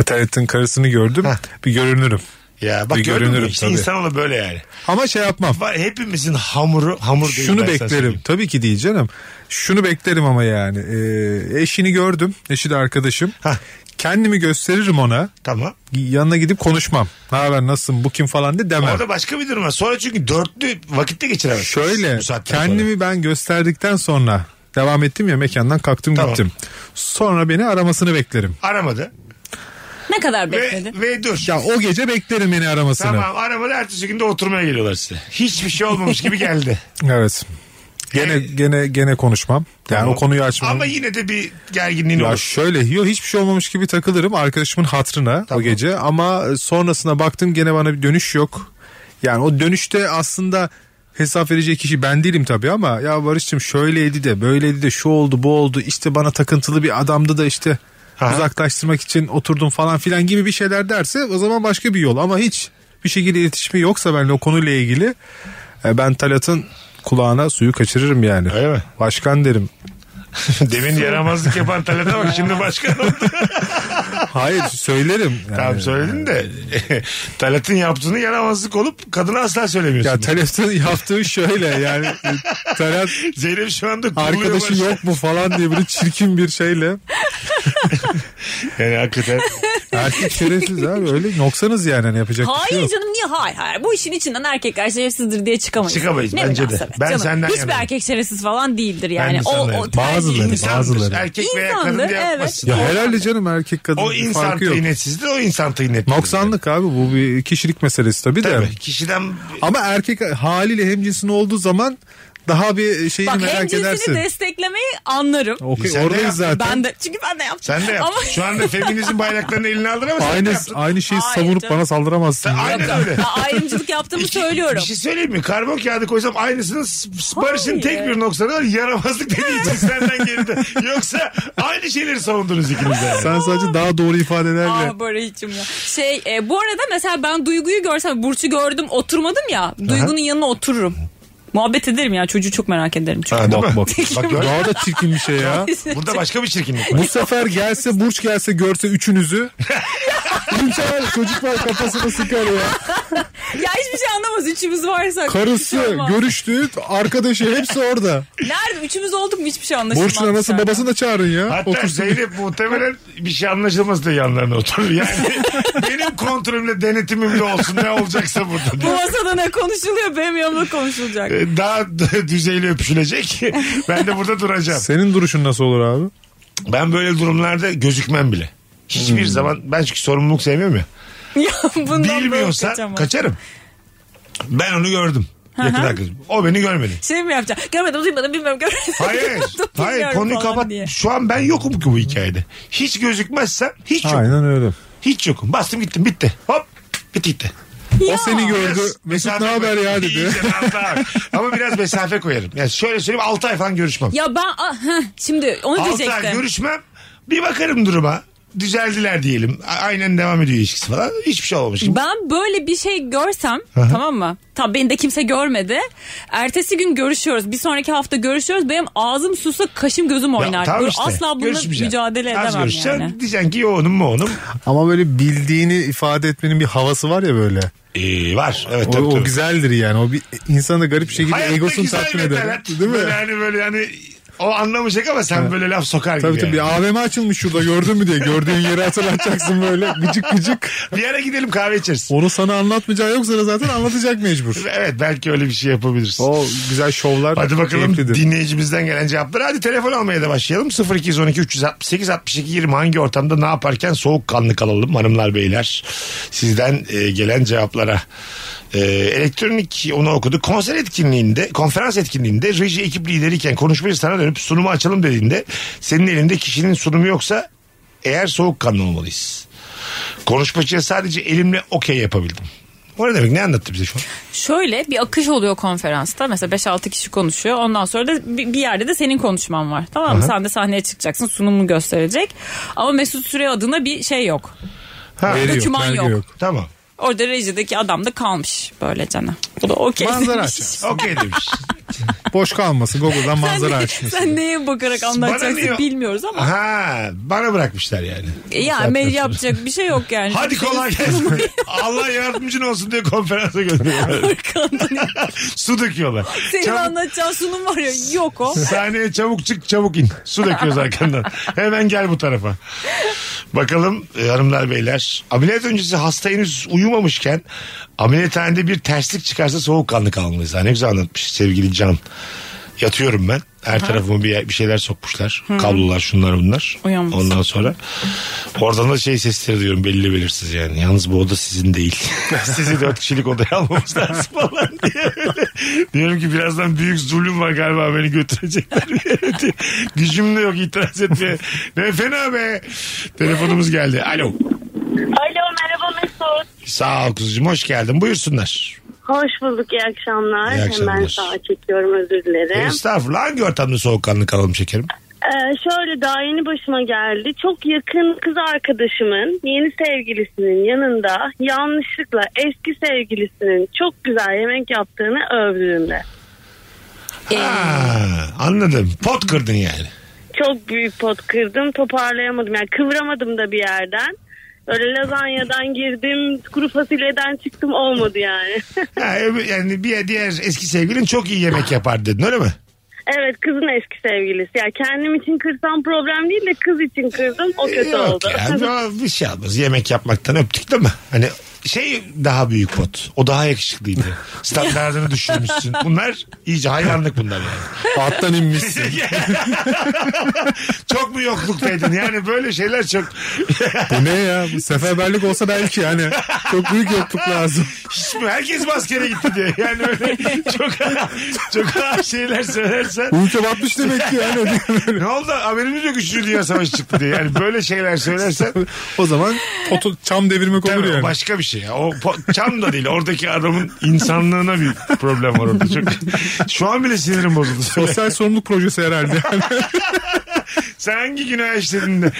Talat'ın karısını gördüm. Bir görünürüm.
Ya bak
Bir
gördün mü?
görünürüm
İşte
tabii.
insanoğlu böyle yani.
Ama şey yapmam.
Var, hepimizin hamuru hamur değil.
Şunu
ben sana
beklerim.
söyleyeyim.
Tabii ki değil canım. Şunu beklerim ama yani. Ee, eşini gördüm. Eşi de arkadaşım. kendimi gösteririm ona.
Tamam.
Yanına gidip konuşmam. Ne haber nasılsın bu kim falan de demem.
Orada başka bir durum var. Sonra çünkü dörtlü vakitte geçiremez.
Şöyle
Bu saatten
kendimi ben gösterdikten sonra devam ettim ya mekandan kalktım
Tamam.
gittim. Sonra beni aramasını beklerim.
sonra. Aramadı.
Ne kadar
Ve,
bekledin?
ve dur.
Ya o gece beklerim beni aramasını.
Tamam aramadı ertesi günde oturmaya geliyorlar size. Hiçbir şey olmamış gibi geldi.
Evet. Gene
Yani-
gene gene konuşmam. Yani
Ee, Tamam.
o konuyu açmam.
Ama yine de bir gerginliğin
Ya
olur.
şöyle yo hiçbir şey olmamış gibi takılırım arkadaşımın hatrına
Tamam.
o gece ama sonrasına baktım gene bana bir dönüş yok. Yani o dönüşte aslında hesap verecek kişi ben değilim tabii ama ya Barış'cığım şöyleydi de böyleydi de şu oldu bu oldu işte bana takıntılı bir adamdı da işte
Ha.
uzaklaştırmak için oturdum falan filan gibi bir şeyler derse o zaman başka bir yol ama hiç bir şekilde iletişimi yoksa benimle o konuyla ilgili e, ben Talat'ın kulağına suyu kaçırırım yani.
Öyle mi?
Başkan derim.
Demin yaramazlık yapan talebe bak şimdi başkan oldu.
Hayır söylerim. Yani.
Tamam söyledin de Talat'ın yaptığını yaramazlık olup kadına asla söylemiyorsun.
Ya telefon yaptığı şöyle yani e, Talat
Zeynep şu anda kuruluyor
arkadaşı
Barış'a.
yok mu falan diye böyle çirkin bir şeyle.
Yani hakikaten.
Erkek şerefsiz abi öyle noksanız yani hani yapacak bir şey
Hayır
yok.
canım niye hayır hayır. Bu işin içinden erkekler şerefsizdir diye çıkamayız.
Çıkamayız,
Ne
bence de.
münasebet
Ben
canım.
senden
Hiçbir
yanayım.
erkek şerefsiz falan değildir yani.
Ben de
o,
senden
o tercih.
Bazıları.
İnsandır.
Bazıları.
Erkek veya kadın
İnsandır,
diye
evet.
yapmasın.
Ya herhalde canım erkek kadın
O
bir
insan
farkı yok.
tıynetsizdir o insan tıynetsizdir.
Noksanlık abi bu bir kişilik meselesi tabii, de.
Tabii. Kişiden
Ama erkek haliyle hemcinsinin olduğu zaman daha bir şeyini
Bak hem
merak
cinsini
edersin.
desteklemeyi anlarım.
Okey,
Sen de
oradayız
yaptın.
zaten.
Ben de çünkü ben de yaptım.
sen de yaptın.
Ama-
Şu anda feminizm bayraklarını eline aldın ama sen de
Aynı,
yaptın.
aynı şeyi
Hayır
savunup
canım.
bana saldıramazsın.
Sen-
ya.
Aynen öyle.
Ben ayrımcılık yaptığımı
İki-
söylüyorum.
Bir şey söyleyeyim mi? Karbon kağıdı koysam aynısını s- s- Barış'ın
Hayır.
tek bir noksanı var. Yaramazlık dediği için senden geride. Yoksa aynı şeyleri savundunuz ikiniz de. yani.
Sen sadece daha doğru ifadelerle.
Aa Barış'cığım ya. Şey e, bu arada mesela ben Duygu'yu görsem Burç'u gördüm oturmadım ya. Duygu'nun yanına otururum. Muhabbet ederim ya çocuğu çok merak ederim çünkü.
Ha, değil mi?
Bak bak.
Bak gör-
Daha da çirkin bir şey ya.
Burada başka bir çirkinlik var.
Bu sefer gelse Burç gelse görse üçünüzü. Hünçer çocuklar kafasına sıkar ya.
ya hiçbir şey anlamaz üçümüz varsak. Hiçbir şey
Karısı,
olmaz.
görüştüğü, arkadaşı hepsi orada.
Nerede üçümüz olduk mu hiçbir şey anlaşılmaz.
Burç'un anası
dışarıda.
babasını da çağırın ya.
Hatta
Otursun.
Zeynep muhtemelen bir şey anlaşılmaz da yanlarına oturur. Yani benim kontrolümle denetimimde olsun ne olacaksa burada.
Bu masada ne konuşuluyor benim yanımda konuşulacak.
Ee, Daha d- düzeyli öpüşülecek. Ben de burada duracağım.
Senin duruşun nasıl olur abi?
Ben böyle durumlarda gözükmem bile. Hiçbir zaman ben çünkü sorumluluk sevmiyorum ya.
ya bundan böyle
Bilmiyorsa
kaçamam.
kaçarım. Ben onu gördüm. Yakın arkadaşım. O beni görmedi.
Şey mi yapacağım? Görmedim, duymadım, bilmiyorum, görmedim.
Hayır.
duymadım,
hayır
bilmiyorum
konuyu
falan
kapat.
diye.
Şu an ben yokum ki bu hikayede. Hiç gözükmezsem hiç yokum.
Aynen öyle.
Hiç yokum. Bastım gittim bitti. Hop bitti gitti.
Ya.
O seni gördü.
Biraz
Mesut
mesafe
ne haber
koyarım.
ya
İyi
dedi.
canım, tamam. Ama biraz mesafe koyarım. Yani şöyle söyleyeyim 6 ay falan görüşmem.
Ya ben ah, heh, şimdi onu
6 ay
diyecektim.
görüşmem. Bir bakarım duruma. Düzeldiler diyelim. A- Aynen devam ediyor ilişkisi falan. Hiçbir şey olmamış. gibi.
Ben böyle bir şey görsem tamam mı? Tabii beni de kimse görmedi. Ertesi gün görüşüyoruz. Bir sonraki hafta görüşüyoruz. Benim ağzım susa kaşım gözüm
Ya,
oynar.
tamam
Böyle
işte.
Asla bununla
Görüşmeyeceksin.
mücadele
Az
edemem
görüşeceksin.
yani.
Diyeceksin ki yoğunum moğunum.
Ama böyle bildiğini ifade etmenin bir havası var ya böyle.
Ee, var. Evet,
O,
tabii,
o
tabii.
güzeldir yani. O bir insanı da garip bir şekilde
Hayatta
egosunu
güzel
tatmin
ve
eder.
talat.
Değil mi?
Böyle hani böyle hani o anlamayacak ama sen böyle laf sokar
Tabii
gibi.
tabii
yani.
AVM açılmış şurada gördün mü diye. Gördüğün yeri hatırlatacaksın böyle gıcık gıcık.
Bir ara gidelim kahve içeriz.
Onu sana anlatmayacağı yoksa da zaten anlatacak mecbur.
Evet belki öyle bir şey yapabiliriz.
O güzel şovlar.
Hadi bakalım
keyiflidir.
dinleyicimizden gelen cevapları. Hadi telefon almaya da başlayalım. 0212 368 62 20 hangi ortamda ne yaparken soğukkanlı kalalım hanımlar beyler. Sizden e, gelen cevaplara. E, elektronik onu okudu. Konser etkinliğinde, konferans etkinliğinde reji ekip lideriyken konuşmayı sana dönüp sunumu açalım dediğinde senin elinde kişinin sunumu yoksa eğer soğukkanlı olmalıyız. Konuşmacıya sadece elimle okey yapabildim. O ne demek? Ne anlattı bize şu an?
Şöyle bir akış oluyor konferansta. Mesela 5-6 kişi konuşuyor. Ondan sonra da bir bir yerde de senin konuşman var. Tamam mı? Sen de sahneye çıkacaksın. Sunumunu gösterecek. Ama Mesut Süre adına bir şey yok.
Ha,
Veri yok,
Doküman
belge
yok.
yok.
tamam.
Orada rejideki adam da kalmış böyle cana. Bu da okey.
Manzara
demiş.
açacaksın.
Okey demiş.
Boş kalmasın. Google'dan manzara
sen,
açmışsın.
sen neye bakarak anlatacaksın
niye-
bilmiyoruz ama.
Ha, bana bırakmışlar yani.
E, ya mail yapacak bir şey yok yani.
Hadi kolay gelsin. Allah yardımcın olsun diye konferansa gönderiyorlar. Su döküyorlar.
Senin
Çabuk,
anlatacağın sunum var ya yok o.
sahneye çabuk çık çabuk in. Su döküyoruz arkandan. Hemen gel bu tarafa. Bakalım e, hanımlar beyler. Ameliyat öncesi hasta henüz uyumamışken ameliyathanede bir terslik çıkarsa soğukkanlı kalmalıyız. Ha, ne güzel anlatmış sevgili Can. Yatıyorum ben. Her tarafıma bir, bir şeyler sokmuşlar. Kablolar şunlar bunlar.
Uyanmışsın.
Ondan sonra oradan da şey sesleri diyorum belli belirsiz yani. Yalnız bu oda sizin değil. Sizi dört kişilik odaya almamız lazım falan diye. Öyle. diyorum ki birazdan büyük zulüm var galiba beni götürecekler. bir yere diye. Gücüm de yok itiraz etmeye. Ne fena be. Telefonumuz geldi. Alo.
Alo merhaba Mesut.
Sağ ol kuzucuğum hoş geldin. Buyursunlar.
Hoş bulduk iyi akşamlar.
İyi akşamlar.
Hemen sağa çekiyorum özür dilerim.
Estağfurullah hangi ortamda soğukkanlı kalalım şekerim?
Ee, şöyle daha yeni başıma geldi. Çok yakın kız arkadaşımın yeni sevgilisinin yanında yanlışlıkla eski sevgilisinin çok güzel yemek yaptığını övdüğünde.
Ee, Ha, anladım. Pot kırdın yani.
Çok büyük pot kırdım toparlayamadım yani kıvramadım da bir yerden. Öyle lazanyadan girdim kuru fasulyeden çıktım olmadı yani.
Ha, öbür- yani bir diğer eski sevgilin çok iyi yemek yapar dedin öyle mi?
Evet kızın eski sevgilisi. Ya kendim için kırsam problem değil de kız için kırdım o kötü
Yok
oldu.
ya, bir- bir şey olmaz. Yemek yapmaktan öptük değil mi? Hani şey daha büyük pot. O daha yakışıklıydı. Standartını düşürmüşsün. Bunlar iyice hayranlık bunlar yani.
Attan inmişsin.
çok mu yokluktaydın? Yani böyle şeyler çok...
Bu ne ya? Bu seferberlik olsa belki yani. Çok büyük yokluk lazım.
Hiç mi? Herkes maskere gitti diye. Yani öyle çok çok ağır şeyler söylersen
Ülke batmış demek ki yani.
ne oldu? Haberimiz yok 3. Dünya Savaşı çıktı diye. Yani böyle şeyler söylersen
o zaman potu çam devirmek olur
Tabii o
yani.
başka bir şey. ya. O po- çam da değil. Oradaki adamın insanlığına bir problem var orada. Çok, şu an bile sinirim bozuldu.
Sosyal sorumluluk projesi herhalde. Yani
Sen hangi günah işledin de?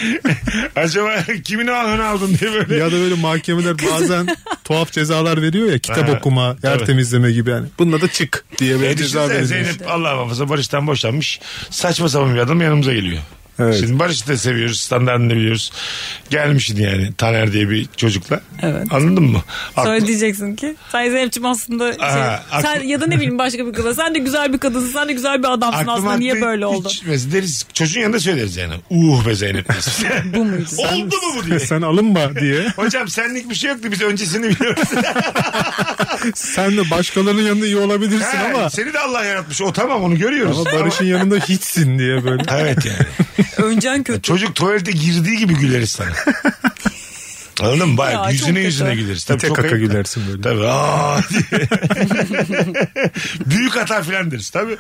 Acaba kimin ahını aldın diye böyle.
ya da böyle mahkemeler bazen tuhaf cezalar veriyor ya. Kitap
Ha,
okuma, yer
tabii.
temizleme gibi yani. Bununla da çık diye böyle
E düşünsene
ceza veriyor.
Zeynep Allah muhafaza Barış'tan boşanmış. Saçma sapan bir adam yanımıza geliyor.
Evet.
Şimdi Barış'ı da seviyoruz. Standartını biliyoruz. Gelmişsin yani Taner diye bir çocukla.
Evet.
Anladın mı?
Sonra
Aklı-
diyeceksin ki sen Zeynep'ciğim aslında şey,
Aha, aklı-
sen, ya da ne bileyim başka bir kıza sen de güzel bir kadınsın sen de güzel bir adamsın aslında niye
aklı
böyle
hiç
oldu?
gitmez. Deriz, çocuğun yanında söyleriz yani. Uh be Zeynep. deriz.
Bu muydu?
Oldu mu bu diye.
Sen alınma diye.
Hocam senlik bir şey yoktu biz öncesini biliyoruz.
Sen de başkalarının yanında iyi olabilirsin
Ha, şey
ama
Seni de Allah yaratmış o tamam onu görüyoruz.
ama Barış'ın yanında hiçsin diye böyle.
Evet yani.
Öncen kötü.
Çocuk tuvalete girdiği gibi güleriz sana. Anladın mı? Bayağı
Ya, çok
yüzüne
kötü.
yüzüne güleriz. Tabii
Tek
çok
kaka
ayıp da.
gülersin böyle.
Tabii aa diye. Büyük hata filan deriz tabii.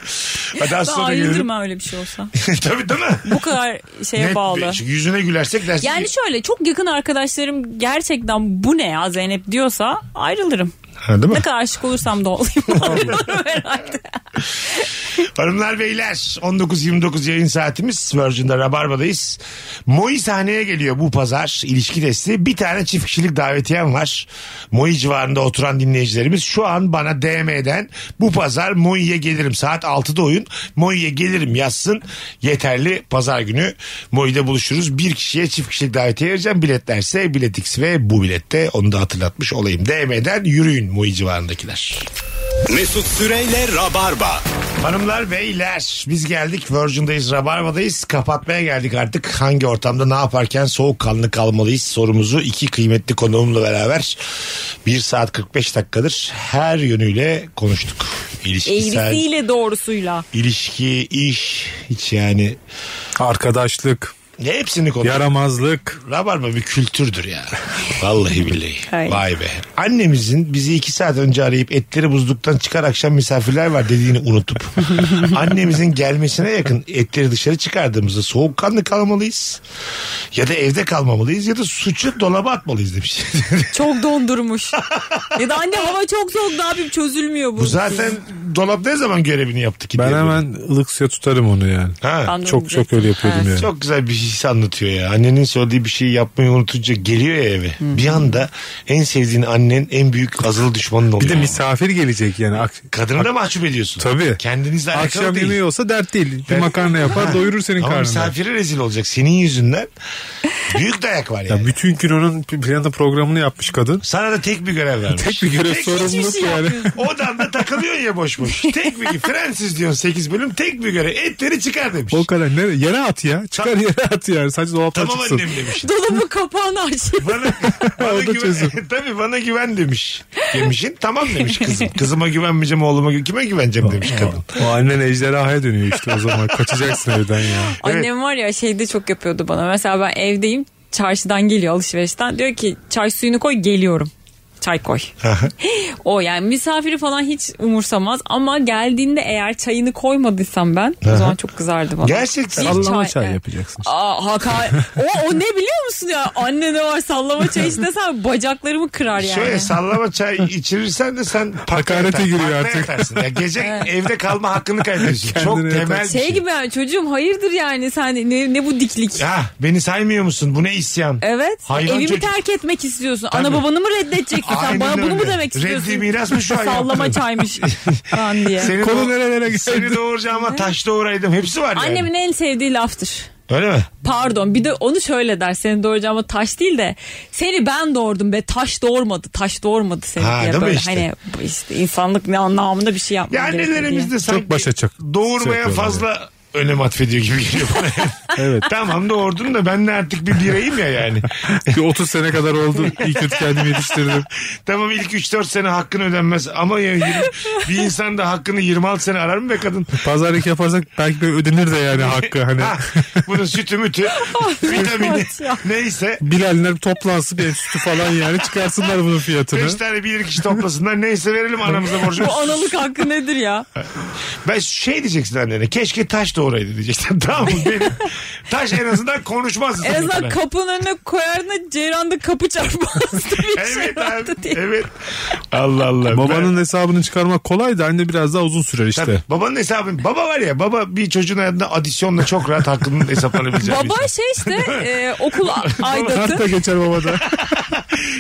Hadi az
Ben
sonra gelelim.
ayılırım ha öyle bir şey olsa.
tabii değil mi?
Bu kadar şeye
Net
bağlı.
bir- şey. çünkü yüzüne gülersek dersin
Yani
ki-
şöyle çok yakın arkadaşlarım gerçekten bu ne ya Zeynep diyorsa ayrılırım.
Ha, değil mi?
Ne kadar aşık olursam da olayım. Ayrılırım herhalde.
Hanımlar beyler 19.29 yayın saatimiz Virgin'de Rabarba'dayız. Moi sahneye geliyor bu pazar ilişki testi. Bir tane çift kişilik davetiyem var. Moi civarında oturan dinleyicilerimiz şu an bana DM'den bu pazar Moi'ye gelirim. Saat 6'da oyun. Moi'ye gelirim yazsın. Yeterli pazar günü Moi'de buluşuruz. Bir kişiye çift kişilik davetiye vereceğim. Biletlerse biletix ve bu bilette onu da hatırlatmış olayım. DM'den yürüyün Moi civarındakiler.
Mesut Süreyle Rabarba.
Hanımlar beyler biz geldik Virgin'dayız Rabarba'dayız kapatmaya geldik artık hangi ortamda ne yaparken soğukkanlı kalmalıyız sorumuzu iki kıymetli konuğumla beraber 1 saat 45 dakikadır her yönüyle konuştuk. İlişkisel,
Eğrisiyle doğrusuyla.
ilişki, iş hiç yani
Arkadaşlık,
ne hepsini konuştuk.
yaramazlık.
Rabarba bir kültürdür ya. Vallahi billahi.
Öyle.
Vay be. Annemizin bizi iki saat önce arayıp etleri buzluktan çıkar akşam misafirler var dediğini unutup annemizin gelmesine yakın etleri dışarı çıkardığımızda soğukkanlı kalmalıyız. Ya da evde kalmamalıyız ya da suçu dolaba atmalıyız demiş.
Çok dondurmuş. ya da anne hava çok soğuk abim çözülmüyor bu.
Bu zaten dolap ne zaman görevini yaptı ki?
Ben
diye böyle.
hemen ılık suya tutarım onu yani.
Ha.
Ben de onu
Çok çok
diyecektim.
öyle yapıyordum
Evet.
yani.
Çok güzel bir his anlatıyor ya. Annenin söylediği bir şeyi yapmayı unutunca geliyor ya eve. Bir anda en sevdiğin annen en büyük azılı düşmanın
Bir
oluyor.
de misafir gelecek yani. Ak-
Kadını da mahcup ediyorsun.
Tabii.
Kendinizle alakalı
Akşam
değil.
yemeği olsa dert değil. Bir
Ben-
makarna yapar doyurur senin
Ama
karnını.
misafire rezil olacak senin yüzünden. Büyük dayak var yani.
Ya bütün gün onun planı programını yapmış kadın.
Sana da tek şey bir görev vermiş.
Tek bir görev
Tek-
sorumluluk yani.
Odanda takılıyorsun ya boş boş. Tek bir Fransız diyorsun 8 bölüm tek bir göre etleri çıkar demiş.
O kadar nereye? Yere at ya. Çıkar yere at yani. Sadece dolaptan
Tamam
çıksın.
annem demiş.
Dolabın kapağını aç.
Bana, bana
O da çözüm.
güven, tabii bana güven demiş. Yemişin tamam demiş kızım. Kızıma güvenmeyeceğim oğluma gü- kime güveneceğim demiş kadın.
O annen ejderhaya dönüyor işte o zaman. Kaçacaksın evden ya.
Annem var ya şeyde çok yapıyordu bana. Mesela ben evdeyim çarşıdan geliyor alışverişten. Diyor ki çay suyunu koy geliyorum. Çay koy. o yani misafiri falan hiç umursamaz ama geldiğinde eğer çayını koymadıysam ben o zaman çok kızardı bana.
Gerçekten.
Hiç
Sallama
çay-
çay
evet.
yapacaksın. işte.
Aa, haka- o, o ne biliyor musun ya? Anne ne var sallama çay istesen bacaklarımı kırar yani.
Şöyle sallama çay içirirsen de sen
Hakarete
yatar-
giriyor
parkaya
artık.
yatarsın. Ya gece evde kalma hakkını kaybediyorsun. Çok
Kendine
temel
yatar.
bir
şey
şey.
gibi yani çocuğum hayırdır yani sen ne, ne bu diklik?
Ya beni saymıyor musun? Bu ne isyan?
Evet.
Hayvan
Evimi
çocuk.
terk etmek istiyorsun.
Tabii.
Ana babanı mı reddedeceksin
Aynen
sen? Bana bunu mu
öyle.
demek istiyorsun?
Reddi miras mı şu an
Sallama
yaptığın?
çaymış falan diye.
Seni
Konu
doğ-
nerelere geldi?
Seni doğuracağıma taş doğuraydım. Hepsi var yani.
Annemin en sevdiği laftır.
Öyle mi?
Pardon bir de onu şöyle der seni doğuracağıma taş değil de seni ben doğurdum be taş doğurmadı taş doğurmadı seni
Ha,
diye
değil mi
böyle
işte?
hani bu işte insanlık ne anlamında bir şey
Ya
yapmam gerekiyor diye.
annelerimiz de sanki
başa çok- şey
doğurmaya
çok
fazla önem atfediyor gibi geliyor bana.
Evet.
tamam doğurdum da ben de artık bir bireyim ya yani.
Bir 30 sene kadar oldu. İyi kötü kendimi yetiştirdim.
tamam ilk 3-4 sene hakkın ödenmez ama ya yirmi- bir insan da hakkını 26 sene arar mı be kadın?
Pazarlık yaparsak belki böyle ödenir de yani hakkı. Hani
Ha, bunun sütü mütü, vitamini
evet ya.
neyse.
Bilenler toplansın bir sütü falan yani çıkarsınlar bunun fiyatını.
5 tane bilir kişi toplasınlar neyse verelim anamıza borcumuz.
Bu analık hakkı nedir ya?
Ben şey diyeceksin annene keşke taş doğuraydı diyeceksin. Tamam mı? Benim, taş en azından konuşmaz.
En azından kapının önüne koyar da ceyranda kapı çarpmazdı bir
Evet
şey
abi.
yaptı diye.
Evet. Allah Allah.
Babanın hesabını çıkarmak kolay da anne biraz daha uzun sürer işte.
Tabii, babanın hesabı. Baba var ya baba bir çocuğun hayatında adisyonla çok rahat hakkının hesaplanabileceği bir
Baba
insan.
şey işte e, okul a-
Kart da
aidatı. E,
geçer babada.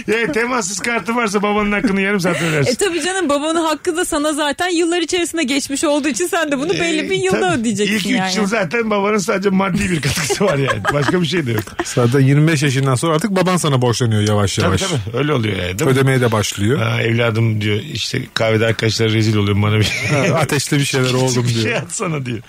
Yani temassız kartı varsa babanın hakkını yarım saat
E
ödersin.
tabii canım babanın hakkı da sana zaten yıllar içerisinde geçmiş olduğu için sen de bunu E, belli bir yılda
E, Tabii.
ödeyeceksin
İlk
yani.
üç yıl zaten babanın sadece maddi bir katkısı var yani. Başka bir şey de yok.
Zaten 25 yaşından sonra artık baban sana borçlanıyor yavaş
Tabii
yavaş.
tabii öyle oluyor yani. Değil mi?
Ödemeye de başlıyor.
Ha, evladım diyor işte kahvede arkadaşlar rezil oluyor bana bir
Ateşli bir şeyler oldum
bir şey
diyor.
atsana diyor.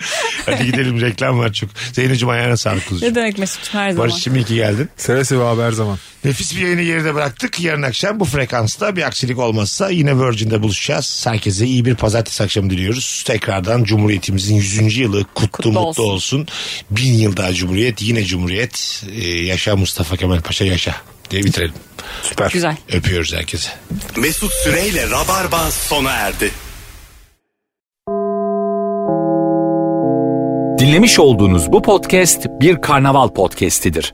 Hadi gidelim reklam var çok. Zeynep'ciğim ayağına sağlık
Ne
kuzucuğum.
demek Mesut'cum her zaman.
Barış'cığım iyi ki geldin.
Seve seve abi her zaman.
Nefis bir yayını geride bıraktık. Yarın akşam bu frekansta bir aksilik olmazsa yine Virgin'de buluşacağız. Herkese iyi bir pazartesi akşamı diliyoruz. Tekrardan Cumhuriyetimizin 100. yılı kutlu,
Kutlu
mutlu
olsun.
olsun. Bin yıl daha Cumhuriyet yine Cumhuriyet. Ee, yaşa Mustafa Kemal Paşa yaşa diye bitirelim. Süper.
Güzel.
Öpüyoruz herkese.
Mesut Süreyle Rabarba sona erdi.
Dinlemiş olduğunuz bu podcast bir karnaval podcastidir.